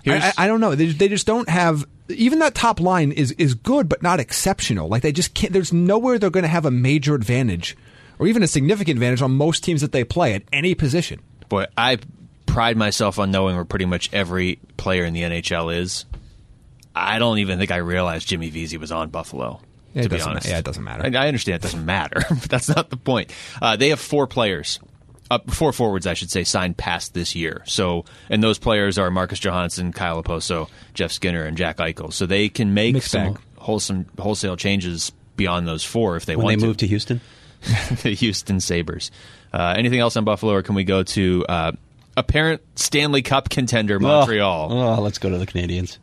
[SPEAKER 2] Here's-
[SPEAKER 3] I, I don't know. They, they just don't have. Even that top line is is good, but not exceptional. Like they just can't. There's nowhere they're going to have a major advantage, or even a significant advantage on most teams that they play at any position.
[SPEAKER 2] Boy, I pride myself on knowing where pretty much every player in the NHL is. I don't even think I realized Jimmy Vesey was on Buffalo.
[SPEAKER 3] Yeah, it
[SPEAKER 2] to be
[SPEAKER 3] doesn't-
[SPEAKER 2] honest,
[SPEAKER 3] yeah, it doesn't matter.
[SPEAKER 2] I, I understand it doesn't matter. but that's not the point. Uh, they have four players, uh, four forwards, I should say, signed past this year. So, and those players are Marcus Johansson, Kyle Oposo, Jeff Skinner, and Jack Eichel. So they can make
[SPEAKER 3] Mixed
[SPEAKER 2] some
[SPEAKER 3] bag.
[SPEAKER 2] wholesome wholesale changes beyond those four if they
[SPEAKER 4] When
[SPEAKER 2] want
[SPEAKER 4] they
[SPEAKER 2] to
[SPEAKER 4] moved to Houston,
[SPEAKER 2] the Houston Sabres. Uh, anything else on Buffalo, or can we go to uh, apparent Stanley Cup contender Montreal?
[SPEAKER 4] Oh, oh, let's go to the Canadians.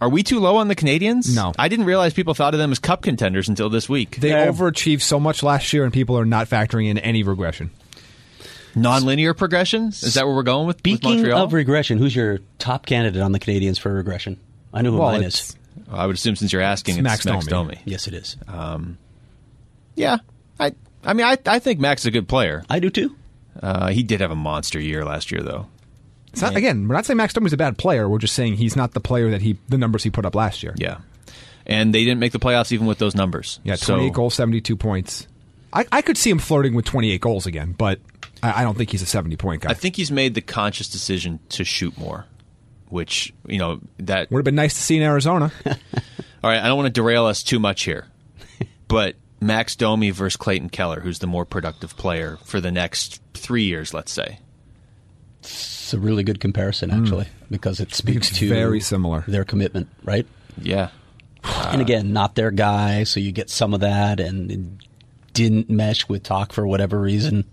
[SPEAKER 2] Are we too low on the Canadians?
[SPEAKER 3] No.
[SPEAKER 2] I didn't realize people thought of them as cup contenders until this week.
[SPEAKER 3] They
[SPEAKER 4] Yeah.
[SPEAKER 3] overachieved so much last year, and people are not factoring in any regression.
[SPEAKER 2] Nonlinear progression? Is that where we're going with, with
[SPEAKER 4] Speaking
[SPEAKER 2] Montreal?
[SPEAKER 4] of regression, who's your top candidate on the Canadians for regression? I know who
[SPEAKER 3] Well,
[SPEAKER 4] mine
[SPEAKER 3] it's-
[SPEAKER 4] is.
[SPEAKER 2] I would assume since you're asking,
[SPEAKER 3] It's
[SPEAKER 2] it's Max,
[SPEAKER 3] Max Domi.
[SPEAKER 2] Domi.
[SPEAKER 4] Yes, it is.
[SPEAKER 3] Uh,
[SPEAKER 2] Yeah, I. I mean, I, I think Max is a good player.
[SPEAKER 4] I do too.
[SPEAKER 2] Uh, he did have a monster year last year, though.
[SPEAKER 3] It's not, again, we're not saying Max Domi's a bad player. We're just saying he's not the player that he the numbers he put up last year.
[SPEAKER 2] Yeah, and they didn't make the playoffs even with those numbers.
[SPEAKER 3] yeah,
[SPEAKER 2] So-
[SPEAKER 3] twenty eight goals, seventy two points. I, I could see him flirting with twenty eight goals again, but I, I don't think he's a seventy point guy.
[SPEAKER 2] I think he's made the conscious decision to shoot more, which you know that.
[SPEAKER 3] Would have been nice to see in Arizona.
[SPEAKER 2] All right, I don't want to derail us too much here, but Max Domi versus Clayton Keller, who's the more productive player for the next three years, let's say.
[SPEAKER 4] It's a really good comparison, actually, because it speaks
[SPEAKER 3] It's
[SPEAKER 4] to
[SPEAKER 3] Hmm. very similar. Uh,
[SPEAKER 4] their commitment, right?
[SPEAKER 2] Yeah,
[SPEAKER 4] and again, not their guy, so you get some of that, and it didn't mesh with talk for whatever reason.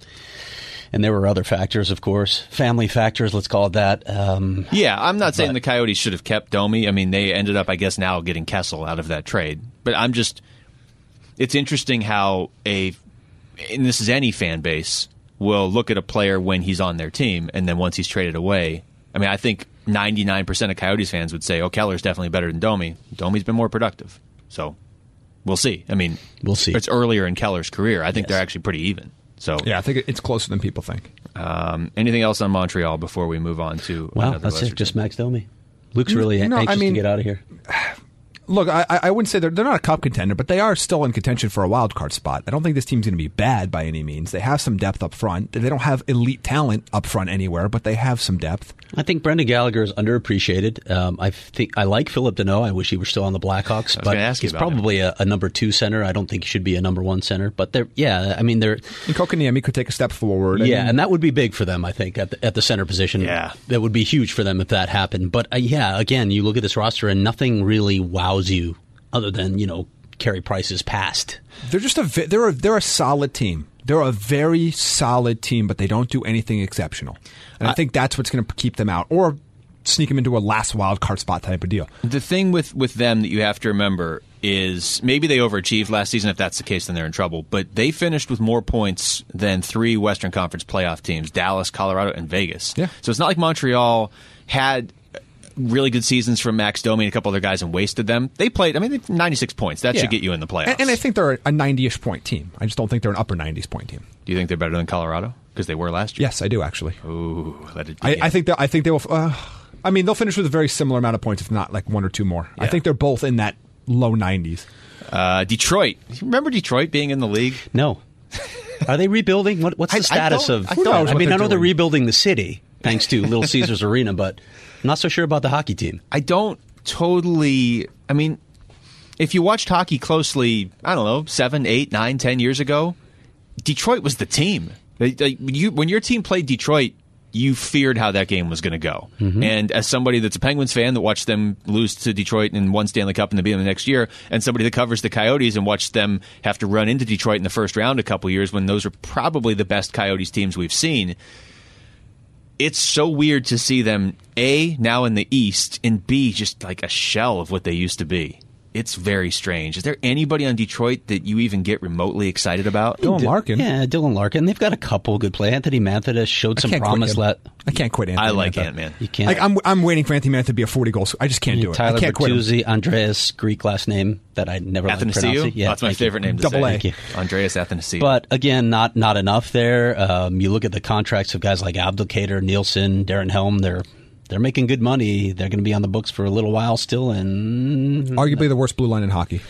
[SPEAKER 4] And there were other factors, of course, family factors. Let's call it that. Um,
[SPEAKER 2] yeah. I'm not saying the Coyotes should have kept Domi. I mean, they ended up, I guess, now getting Kessel out of that trade. But I'm just, it's interesting how a, and this is any fan base will look at a player when he's on their team, and then once he's traded away. I mean, I think 99% of Coyotes fans would say, "Oh, Keller's definitely better than Domi. Domi's been more productive." So. We'll see. I mean,
[SPEAKER 4] We'll see.
[SPEAKER 2] It's earlier in Keller's career. I think
[SPEAKER 4] Yes.
[SPEAKER 2] they're actually pretty even. So,
[SPEAKER 3] yeah, I think it- it's closer than people think.
[SPEAKER 2] um, anything else on Montreal before we move on to?
[SPEAKER 4] wow,
[SPEAKER 2] another
[SPEAKER 4] that's
[SPEAKER 2] lesser
[SPEAKER 4] it. Just Max Domi. Luke's really
[SPEAKER 3] Mm, No, I
[SPEAKER 4] anxious
[SPEAKER 3] mean-
[SPEAKER 4] to get out of here.
[SPEAKER 3] Look, I, I I wouldn't say they're, they're not a cup contender, but they are still in contention for a wild card spot. I don't think this team's going to be bad by any means. They have some depth up front. They don't have elite talent up front anywhere, but they have some depth.
[SPEAKER 4] I think Brendan Gallagher is underappreciated. Um, I think I like Philip Deneau. I wish he were still on the Blackhawks, but
[SPEAKER 2] gonna ask you
[SPEAKER 4] he's
[SPEAKER 2] about him.
[SPEAKER 4] probably a, a number two center. I don't think he should be a number one center. But they're yeah, I mean they're
[SPEAKER 3] And Kokoniemi could take a step forward. I
[SPEAKER 4] yeah,
[SPEAKER 3] mean,
[SPEAKER 4] and that would be big for them. I think at the, at the center position,
[SPEAKER 2] Yeah.
[SPEAKER 4] that would be huge for them if that happened. But uh, yeah, again, you look at this roster and nothing really wows you other than you know Carey Price's past.
[SPEAKER 3] they're just a ve- they're a, they're a solid team. They're a very solid team, but they don't do anything exceptional. And
[SPEAKER 2] Uh,
[SPEAKER 3] I, think that's what's going to keep them out or sneak them into a last wild card spot type of deal.
[SPEAKER 2] The thing with with them that you have to remember is maybe they overachieved last season. If that's the case, then they're in trouble. But they finished with more points than three Western Conference playoff teams: Dallas, Colorado, and Vegas.
[SPEAKER 3] Yeah.
[SPEAKER 2] So it's not like Montreal had really good seasons from Max Domi and a couple other guys and wasted them. They played. I mean, they 96 points. That should
[SPEAKER 3] Yeah.
[SPEAKER 2] get you in the playoffs.
[SPEAKER 3] And, and I think they're a 90ish point team. I just don't think they're an upper 90s point team.
[SPEAKER 2] Do you think they're better than Colorado because they were last year?
[SPEAKER 3] Yes, I do actually.
[SPEAKER 2] Ooh, let it.
[SPEAKER 3] I,
[SPEAKER 2] begin.
[SPEAKER 3] I think that I think they will. Uh, I mean, they'll finish with a very similar amount of points, if not like one or two more. I
[SPEAKER 2] Yeah.
[SPEAKER 3] think they're both in that low 90s.
[SPEAKER 2] uh, Detroit. Remember Detroit being in the league?
[SPEAKER 4] No, are they rebuilding? What, what's
[SPEAKER 2] I-
[SPEAKER 4] the status
[SPEAKER 2] I don't-
[SPEAKER 4] of?
[SPEAKER 2] I don't know
[SPEAKER 4] I
[SPEAKER 3] what
[SPEAKER 4] mean, I
[SPEAKER 3] they're
[SPEAKER 4] know they're
[SPEAKER 3] doing.
[SPEAKER 4] rebuilding the city thanks to Little Caesars Arena, but I'm not so sure about the hockey team.
[SPEAKER 2] I don't totally. I mean, if you watched hockey closely, I don't know, seven, eight, nine, ten years ago, Detroit was the team. They, they, you, when your team played Detroit, you feared how that game was going to go. And as somebody that's a Penguins fan that watched them lose to Detroit and won Stanley Cup in the beginning of the next year, and somebody that covers the Coyotes and watched them have to run into Detroit in the first round a couple years when those were probably the best Coyotes teams we've seen, it's so weird to see them a now in the east and b just like a shell of what they used to be it's very strange is there anybody on detroit that you even get remotely excited about
[SPEAKER 3] Dylan Larkin.
[SPEAKER 4] Yeah, Dylan Larkin. They've got a couple good play. Anthony Mathis showed
[SPEAKER 3] I
[SPEAKER 4] some
[SPEAKER 3] can't
[SPEAKER 4] promise.
[SPEAKER 3] quit him.
[SPEAKER 4] Let
[SPEAKER 3] I can't quit Anthony
[SPEAKER 2] i like
[SPEAKER 3] Mantha.
[SPEAKER 2] ant-man
[SPEAKER 4] you can't.
[SPEAKER 3] Like I'm, I'm waiting for Anthony Mantha to be a 40 goal. sc- I just can't do it.
[SPEAKER 4] Tyler
[SPEAKER 3] I can't quit him.
[SPEAKER 4] Bertuzzi, Andreas, Greek last name that I never like
[SPEAKER 2] athanasiu
[SPEAKER 4] pronouncing. Yeah,
[SPEAKER 2] that's my
[SPEAKER 4] thank you.
[SPEAKER 2] favorite name to say
[SPEAKER 3] Double A.
[SPEAKER 4] Thank you.
[SPEAKER 2] andreas athanasiu
[SPEAKER 4] But again, not not enough there. Um, you look at the contracts of guys like Abdulkader, Nielsen, Darren Helm. They're they're making good money. They're going to be on the books for a little while still, and
[SPEAKER 2] Mm-hmm.
[SPEAKER 3] Arguably the worst blue line in hockey.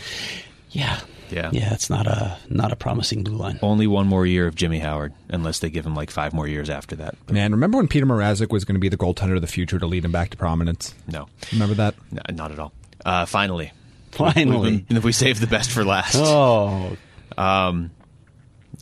[SPEAKER 4] yeah,
[SPEAKER 2] Yeah.
[SPEAKER 4] yeah. It's not a not a promising blue line.
[SPEAKER 2] only one more year of jimmy howard unless they give him like five more years after that But
[SPEAKER 3] Man, remember when Peter Mrazek was going to be the goaltender of the future to lead him back to prominence?
[SPEAKER 2] no
[SPEAKER 3] Remember that?
[SPEAKER 2] No, not at all uh, finally
[SPEAKER 4] Finally,
[SPEAKER 2] We've been- we saved the best for last
[SPEAKER 4] oh,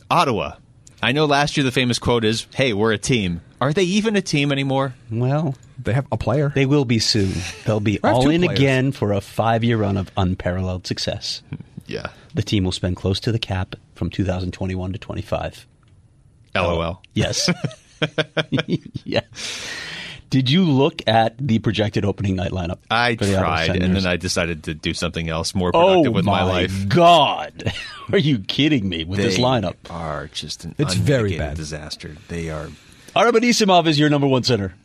[SPEAKER 2] ottawa i know last year the famous quote is hey we're a team are they even a team anymore
[SPEAKER 4] well,
[SPEAKER 3] They have a player.
[SPEAKER 4] they will be soon. They'll be
[SPEAKER 3] have
[SPEAKER 4] all
[SPEAKER 3] two
[SPEAKER 4] in
[SPEAKER 3] players.
[SPEAKER 4] again for a five year run of unparalleled success.
[SPEAKER 2] yeah
[SPEAKER 4] The team will spend close to the cap from 2021 to 25.
[SPEAKER 2] lol
[SPEAKER 4] Yes. yeah. Did you look at the projected opening night lineup?
[SPEAKER 2] I
[SPEAKER 4] for the Ottawa
[SPEAKER 2] tried, and
[SPEAKER 4] Senators?
[SPEAKER 2] then I decided to do something else more
[SPEAKER 4] Oh
[SPEAKER 2] productive with my, life.
[SPEAKER 4] God! Are you kidding me with this
[SPEAKER 2] They
[SPEAKER 4] lineup?
[SPEAKER 2] are just an
[SPEAKER 3] It's very
[SPEAKER 2] unmitigated
[SPEAKER 3] bad.
[SPEAKER 2] disaster. They are.
[SPEAKER 4] Artem Anisimov is your number one center.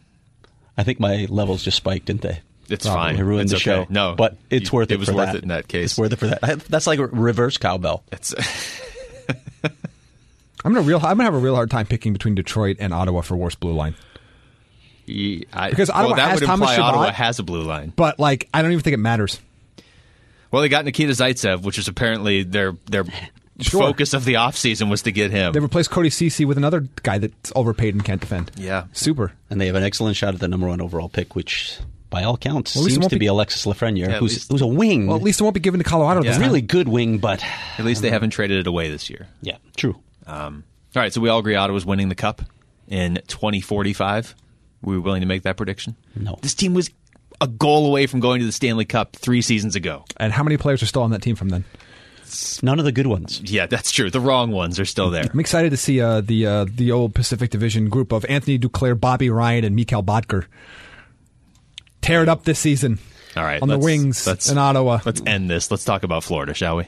[SPEAKER 4] I think my levels just spiked, didn't they?
[SPEAKER 2] It's
[SPEAKER 4] Probably
[SPEAKER 2] fine.
[SPEAKER 4] ruined
[SPEAKER 2] It's
[SPEAKER 4] the show.
[SPEAKER 2] okay. No,
[SPEAKER 4] but it's
[SPEAKER 2] you-
[SPEAKER 4] worth it.
[SPEAKER 2] it was
[SPEAKER 4] for
[SPEAKER 2] worth
[SPEAKER 4] that.
[SPEAKER 2] it in that case.
[SPEAKER 4] It's worth it for that. That's like a reverse cowbell.
[SPEAKER 2] It's
[SPEAKER 3] I'm gonna real. I'm gonna have a real hard time picking between Detroit and Ottawa for worst blue line.
[SPEAKER 2] I,
[SPEAKER 3] Because Ottawa
[SPEAKER 2] well, that
[SPEAKER 3] has
[SPEAKER 2] would
[SPEAKER 3] Thomas
[SPEAKER 2] imply Ottawa
[SPEAKER 3] Chabot.
[SPEAKER 2] has a blue line.
[SPEAKER 3] But like, I don't even think it matters.
[SPEAKER 2] Well, they got Nikita Zaitsev, which is apparently their their
[SPEAKER 3] Sure.
[SPEAKER 2] focus of the offseason was to get him.
[SPEAKER 3] They replaced Cody Cece with another guy that's overpaid and can't defend.
[SPEAKER 2] Yeah. Mm-hmm.
[SPEAKER 3] Super.
[SPEAKER 4] and they have an excellent shot at the number one overall pick, which by all counts
[SPEAKER 3] Well, at least it
[SPEAKER 4] seems
[SPEAKER 3] won't
[SPEAKER 4] to be
[SPEAKER 3] be-
[SPEAKER 4] Alexis Lafreniere,
[SPEAKER 2] Yeah, at
[SPEAKER 4] who's
[SPEAKER 2] least-
[SPEAKER 4] who's a wing,
[SPEAKER 3] Well, at least it won't be given to Colorado.
[SPEAKER 4] a
[SPEAKER 3] this
[SPEAKER 4] really
[SPEAKER 3] time.
[SPEAKER 4] good wing, but
[SPEAKER 2] At least they haven't traded it away this year.
[SPEAKER 4] yeah, true.
[SPEAKER 2] All right, so we all agree Ottawa's winning the cup in 2045. Were we willing to make that prediction?
[SPEAKER 4] No.
[SPEAKER 2] This team was a goal away from going to the Stanley Cup three seasons ago.
[SPEAKER 3] And how many players are still on that team from then?
[SPEAKER 4] None of the good ones.
[SPEAKER 2] Yeah, that's true. The wrong ones are still there.
[SPEAKER 3] I'm excited to see uh, the uh, the old Pacific Division group of Anthony Duclair, Bobby Ryan, and Mikael Bodker tear it up this season.
[SPEAKER 2] All right,
[SPEAKER 3] on the
[SPEAKER 2] let's-
[SPEAKER 3] wings
[SPEAKER 2] let's-
[SPEAKER 3] in Ottawa.
[SPEAKER 2] Let's end this. Let's talk about Florida, shall we?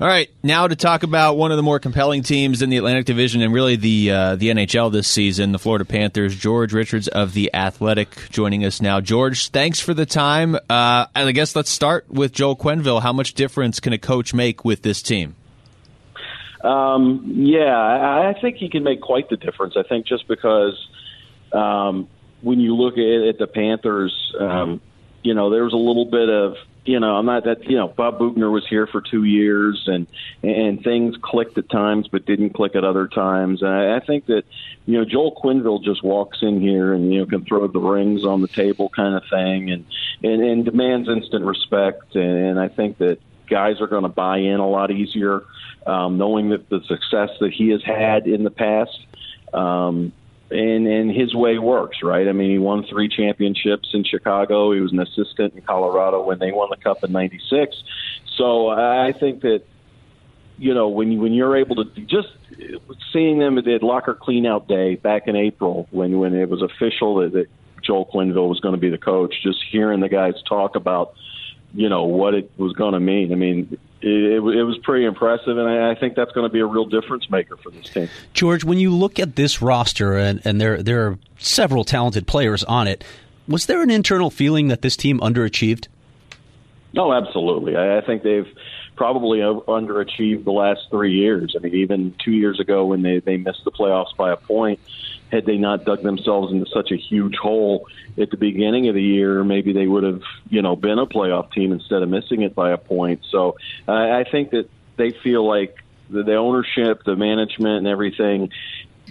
[SPEAKER 2] All right, now to talk about one of the more compelling teams in the Atlantic Division and really the uh, the NHL this season, the Florida Panthers. George Richards of the Athletic joining us now. George, thanks for the time. Uh, and I guess let's start with Joel Quenville. How much difference can a coach make with this team?
[SPEAKER 5] Um, yeah, I I think he can make quite the difference. I think just because um, when you look at, at the Panthers, um, you know, there was a little bit of, you know, I'm not that, you know, Bob Bugner was here for two years and, and things clicked at times but didn't click at other times. And I, I think that, you know, Joel Quinville just walks in here and, you know, can throw the rings on the table kind of thing and, and, and demands instant respect. And, and I think that guys are going to buy in a lot easier, um, knowing that the success that he has had in the past um, and and his way works, right? I mean, he won three championships in Chicago. He was an assistant in Colorado when they won the Cup in '96. So I think that you know when you, when you're able to just seeing them at the locker cleanout day back in April when when it was official that, that Joel Quinville was going to be the coach, just hearing the guys talk about you know what it was going to mean. I mean. It, it wa- it was pretty impressive, and I I think that's going to be a real difference maker for this team.
[SPEAKER 4] George, when you look at this roster, and, and there there are several talented players on it, was there an internal feeling that this team underachieved?
[SPEAKER 5] No, absolutely. I, I think they've probably o- underachieved the last three years. I mean, even two years ago when they, they missed the playoffs by a point, had they not dug themselves into such a huge hole at the beginning of the year, maybe they would have, you know, been a playoff team instead of missing it by a point. So uh, I think that they feel like the, the ownership, the management, and everything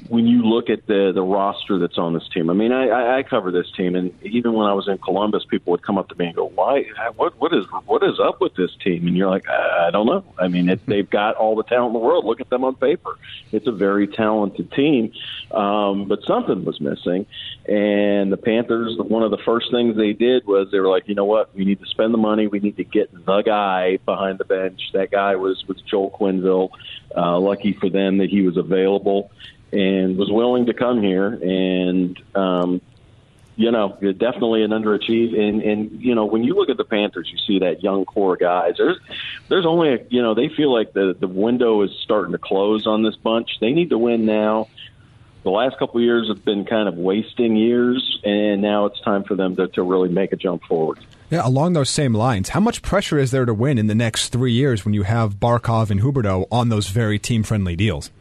[SPEAKER 5] when you look at the the roster that's on this team, I mean, I, I, I cover this team, and even when I was in Columbus, people would come up to me and go, "Why? What? What is? What is up with this team?" And you're like, "I, I don't know. I mean, it, they've got all the talent in the world. Look at them on paper. It's a very talented team, um, but something was missing. And the Panthers, one of the first things they did was they were like, "You know what? We need to spend the money. We need to get the guy behind the bench. That guy was was Joel Quinville. Uh, lucky for them that he was available." and was willing to come here and um you know you're definitely an underachieve and and you know when you look at the panthers you see that young core guys there's there's only a you know they feel like the the window is starting to close on this bunch they need to win now the last couple of years have been kind of wasting years and now it's time for them to to really make a jump forward
[SPEAKER 3] Yeah, along those same lines, how much pressure is there to win in the next three years when you have Barkov and Huberto on those very team friendly deals?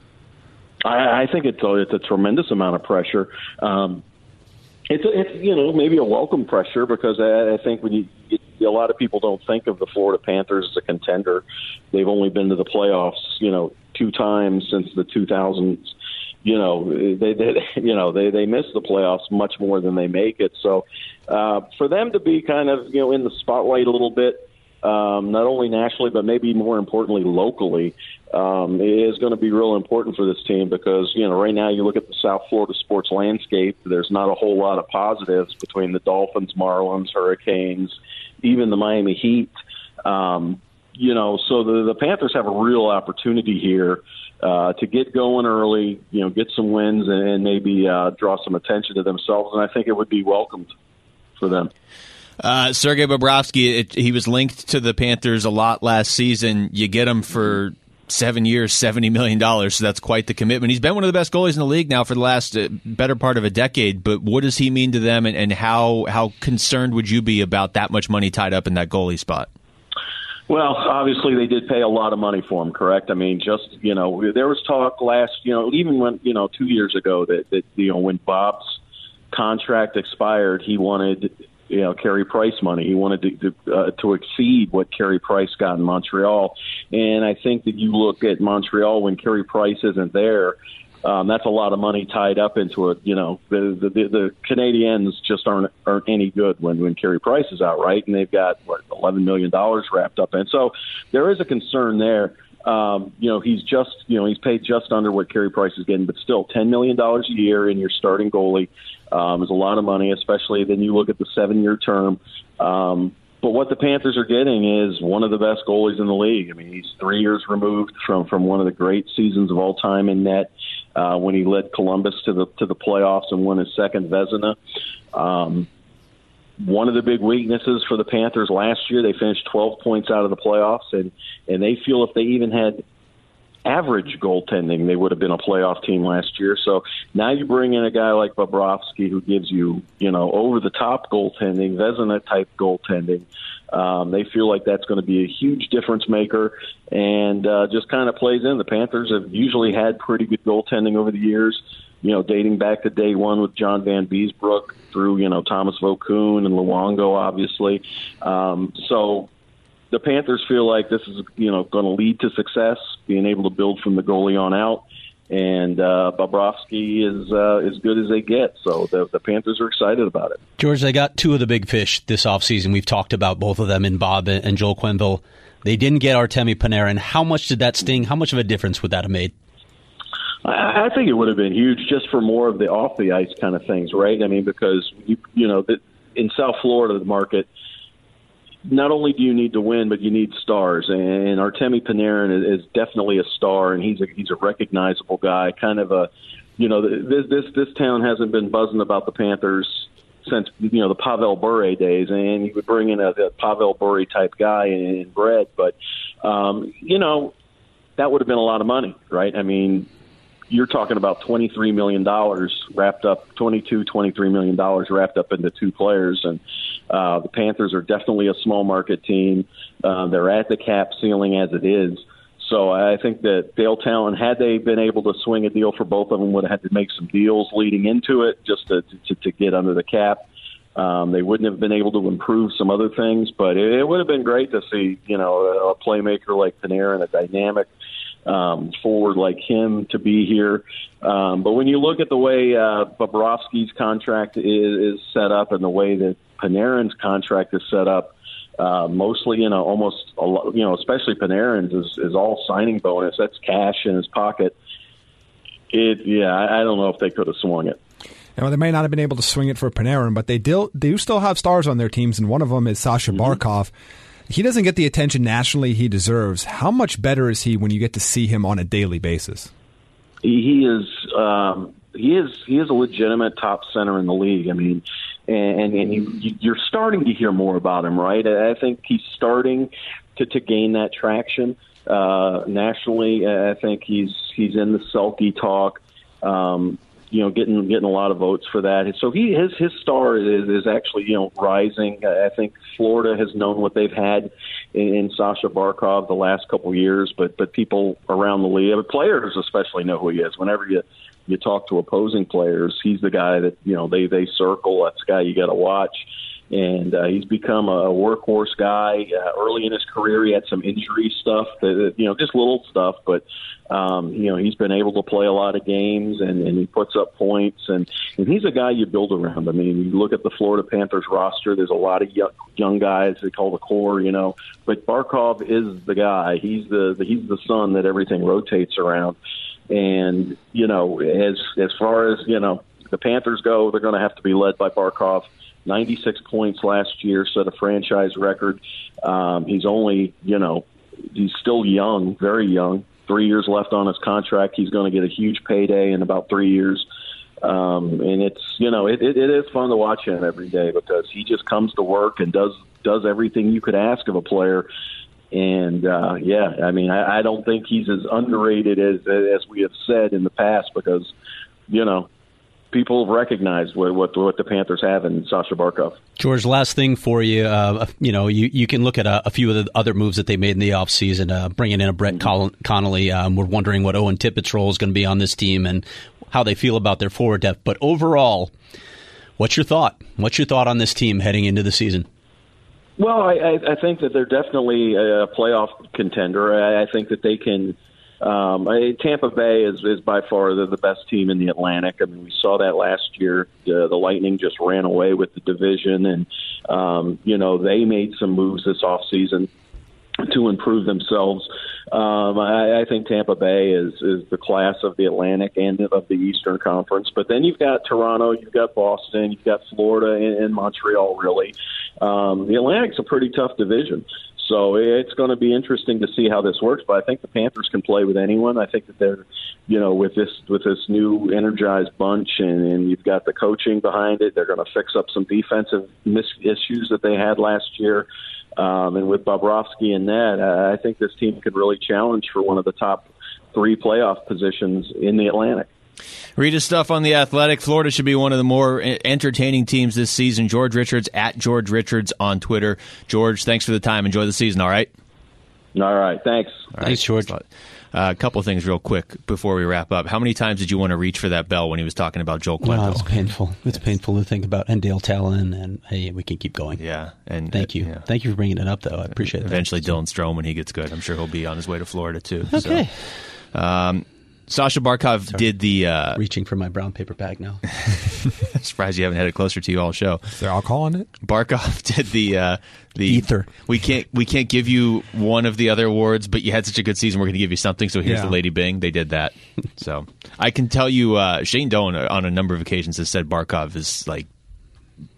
[SPEAKER 5] I, I think it's a, it's a tremendous amount of pressure. Um, it's, a, it's you know maybe a welcome pressure because I, I think when you it, a lot of people don't think of the Florida Panthers as a contender. They've only been to the playoffs, you know, two times since the 2000s. You know, they, they you know they they miss the playoffs much more than they make it. So uh, for them to be kind of you know in the spotlight a little bit um, not only nationally but maybe more importantly locally, um, is going to be real important for this team because you know right now you look at the South Florida sports landscape. There's not a whole lot of positives between the Dolphins, Marlins, Hurricanes, even the Miami Heat. Um, you know, so the, the Panthers have a real opportunity here uh, to get going early. You know, get some wins and, and maybe uh, draw some attention to themselves. And I think it would be welcomed for them.
[SPEAKER 2] Uh, Sergei Bobrovsky, it, he was linked to the Panthers a lot last season. You get him for seven years, seventy million dollars. So that's quite the commitment. He's been one of the best goalies in the league now for the last uh, better part of a decade. But what does he mean to them, and, and how how concerned would you be about that much money tied up in that goalie spot?
[SPEAKER 5] Well, obviously they did pay a lot of money for him, correct? I mean, just you know, there was talk last, you know, even when you know two years ago that that you know when Bob's contract expired, he wanted you know Carey Price money. He wanted to to, uh, to exceed what Carey Price got in Montreal, and I think that you look at Montreal when Carey Price isn't there. Um, that's a lot of money tied up into it. You know, the the, the, the Canadians just aren't aren't any good when when Carey Price is out, right? And they've got what eleven million dollars wrapped up in. So there is a concern there. Um, you know, he's just you know he's paid just under what Carey Price is getting, but still ten million dollars a year in your starting goalie um, is a lot of money, especially then you look at the seven year term. Um, but what the Panthers are getting is one of the best goalies in the league. I mean, he's three years removed from from one of the great seasons of all time in net uh, when he led Columbus to the to the playoffs and won his second Vezina. Um, one of the big weaknesses for the Panthers last year, they finished 12 points out of the playoffs, and and they feel if they even had average goaltending, they would have been a playoff team last year. So now you bring in a guy like Bobrovsky who gives you, you know, over the top goaltending, Vezina type goaltending. Um, they feel like that's going to be a huge difference maker and uh, just kind of plays in. The Panthers have usually had pretty good goaltending over the years, you know, dating back to day one with John Van Beesbrook through, you know, Thomas Vokoun and Luongo, obviously. Um, so the Panthers feel like this is you know going to lead to success, being able to build from the goalie on out. And uh, Bobrovsky is uh, as good as they get, so the, the Panthers are excited about it.
[SPEAKER 4] George, they got two of the big fish this offseason. We've talked about both of them in Bob and Joel Quenville. They didn't get Artemi Panarin. How much did that sting? How much of a difference would that have made?
[SPEAKER 5] I I think it would have been huge just for more of the off the ice kind of things, right? I mean, because you, you know, the- in South Florida, the market not only do you need to win, but you need stars. And Artemi Panarin is, is definitely a star, and he's a, he's a recognizable guy. Kind of a, you know, this this this town hasn't been buzzing about the Panthers since you know the Pavel Bure days, and you would bring in a, a Pavel Bure type guy and Brett, but um, you know that would have been a lot of money, right? I mean, you're talking about 23 million dollars wrapped up 22 23 million dollars wrapped up into two players and uh, the Panthers are definitely a small market team. Uh, they're at the cap ceiling as it is. So I think that Dale Talon, had they been able to swing a deal for both of them, would have had to make some deals leading into it just to, to, to get under the cap. Um, they wouldn't have been able to improve some other things, but it, it would have been great to see, you know, a playmaker like Panarin, a dynamic um, forward like him to be here. Um, but when you look at the way uh, Bobrovsky's contract is, is set up and the way that Panarin's contract is set up, uh, mostly, you know, almost, a lot, you know, especially Panarin's is, is all signing bonus. That's cash in his pocket. It, yeah, I, I don't know if they could have swung it.
[SPEAKER 3] Now, they may not have been able to swing it for Panarin, but they do, they do still have stars on their teams, and one of them is Sasha Barkov. He doesn't get the attention nationally he deserves. How much better is he when you get to see him on a daily basis?
[SPEAKER 5] he, he is um, he is he is a legitimate top center in the league. I mean, and and you, you- you're starting to hear more about him, right? I think he's starting to to gain that traction uh, nationally. I think he's he's in the Selkie talk. Um, you know, getting getting a lot of votes for that. So he his his star is, is actually you know rising. Uh, I I think Florida has known what they've had in, in Sasha Barkov the last couple of years, but but people around the league, but players especially, know who he is. Whenever you you talk to opposing players, he's the guy that you know they they circle. That's the guy you got to watch. And uh, he's become a workhorse guy. Uh, early in his career, he had some injury stuff, that, that, you know, just little stuff. But um, you know, he's been able to play a lot of games, and, and he puts up points. And, and he's a guy you build around. I mean, you look at the Florida Panthers roster. There's a lot of young, young guys they call the core, you know. But Barkov is the guy. He's the, the he's the sun that everything rotates around. And you know, as as far as you know, the Panthers go, they're going to have to be led by Barkov. 96 points last year, set a franchise record. Um, he's only, you know, he's still young, very young. Three years left on his contract. He's going to get a huge payday in about three years. Um, and it's you know it, it, it is fun to watch him every day because he just comes to work and does does everything you could ask of a player. And uh, yeah, I mean I, I don't think he's as underrated as as we have said in the past because you know people have recognized what what, what the Panthers have in Sasha Barkov.
[SPEAKER 4] George, last thing for you. Uh, you know, you, you can look at a, a few of the other moves that they made in the offseason, uh, bringing in a Brett Con- Connolly. Um, we're wondering what Owen Tippett's role is going to be on this team and how they feel about their forward depth. But overall, What's your thought? What's your thought on this team heading into the season?
[SPEAKER 5] Well, I, I, I think that they're definitely a playoff contender. I, I think that they can. Um, I, Tampa Bay is, is by far the, the best team in the Atlantic. I mean, we saw that last year. The, the Lightning just ran away with the division, and um, you know they made some moves this off season to improve themselves. Um, I, I think Tampa Bay is is the class of the Atlantic and of the Eastern Conference. But then you've got Toronto, you've got Boston, you've got Florida, and, and Montreal. Really, um, the Atlantic's a pretty tough division. So it's going to be interesting to see how this works. But I think the Panthers can play with anyone. I think that they're, you know, with this with this new energized bunch, and, and you've got the coaching behind it. They're going to fix up some defensive mis- issues that they had last year. Um, and with Bobrovsky and that, uh, I think this team could really challenge for one of the top three playoff positions in the Atlantic.
[SPEAKER 2] Read his stuff on the Athletic. Florida should be one of the more uh, entertaining teams this season. George Richards at George Richards on Twitter. George, thanks for the time. Enjoy the season. All right.
[SPEAKER 5] All right. Thanks.
[SPEAKER 2] All right.
[SPEAKER 4] Thanks, George.
[SPEAKER 2] Uh, a couple of things real quick before we wrap up. How many times did you want to reach for that bell when he was talking about Joel
[SPEAKER 4] Wow,
[SPEAKER 2] Quenville?
[SPEAKER 4] it's painful. It's painful to think about. And Dale Talon, and hey, we can keep going.
[SPEAKER 2] Yeah, and
[SPEAKER 4] Thank you.
[SPEAKER 2] yeah.
[SPEAKER 4] Thank you for bringing it up, though. I appreciate that.
[SPEAKER 2] Eventually, Dylan Strome when he gets good, I'm sure he'll be on his way to Florida too. So,
[SPEAKER 4] Okay.
[SPEAKER 2] um, Sasha Barkov did the. Uh,
[SPEAKER 4] Reaching for my brown paper bag now.
[SPEAKER 2] surprised you haven't had it closer to you all show.
[SPEAKER 3] They're all calling it.
[SPEAKER 2] Barkov did the uh, the
[SPEAKER 4] Ether.
[SPEAKER 2] We can't we can't give you one of the other awards, but you had such a good season. We're going to give you something. So here's
[SPEAKER 3] Yeah.
[SPEAKER 2] the Lady Bing. They did that. so I can tell you, uh, Shane Doan uh, on a number of occasions has said Barkov is like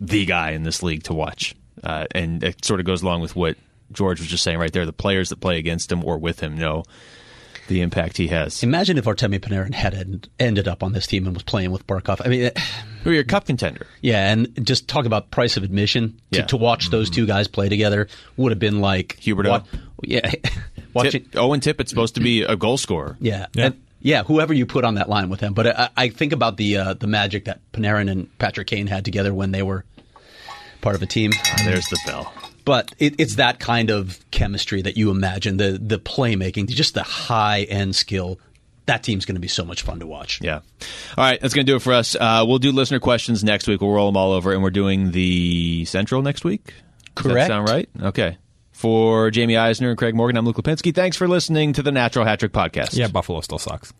[SPEAKER 2] the guy in this league to watch, uh, and it sort of goes along with what George was just saying right there. The players that play against him or with him know the impact he has.
[SPEAKER 4] Imagine if Artemi Panarin had end- ended up on this team and was playing with Barkov. I mean, eh,
[SPEAKER 2] Who are your cup contender?
[SPEAKER 4] yeah, and just talk about price of admission to,
[SPEAKER 2] Yeah.
[SPEAKER 4] to watch those two guys play together would have been like
[SPEAKER 2] Huberto.
[SPEAKER 4] wa- yeah, watching.
[SPEAKER 2] Tip, Owen Tippett's supposed to be a goal scorer.
[SPEAKER 4] Yeah. And- yeah, whoever you put on that line with him. But I, I think about the uh, the magic that Panarin and Patrick Kane had together when they were part of a team.
[SPEAKER 2] There's the bell.
[SPEAKER 4] But it, it's that kind of chemistry that you imagine the the playmaking, just the high end skill. That team's going to be so much fun to watch.
[SPEAKER 2] Yeah. All right, that's going to do it for us. Uh, we'll do listener questions next week. We'll roll them all over, and we're doing the Central next week. Does
[SPEAKER 4] Correct.
[SPEAKER 2] That sound right? Okay. For Jamie Eisner and Craig Morgan, I'm Luke Lipinski. Thanks for listening to the Natural Hat Trick Podcast.
[SPEAKER 3] Yeah, Buffalo still sucks.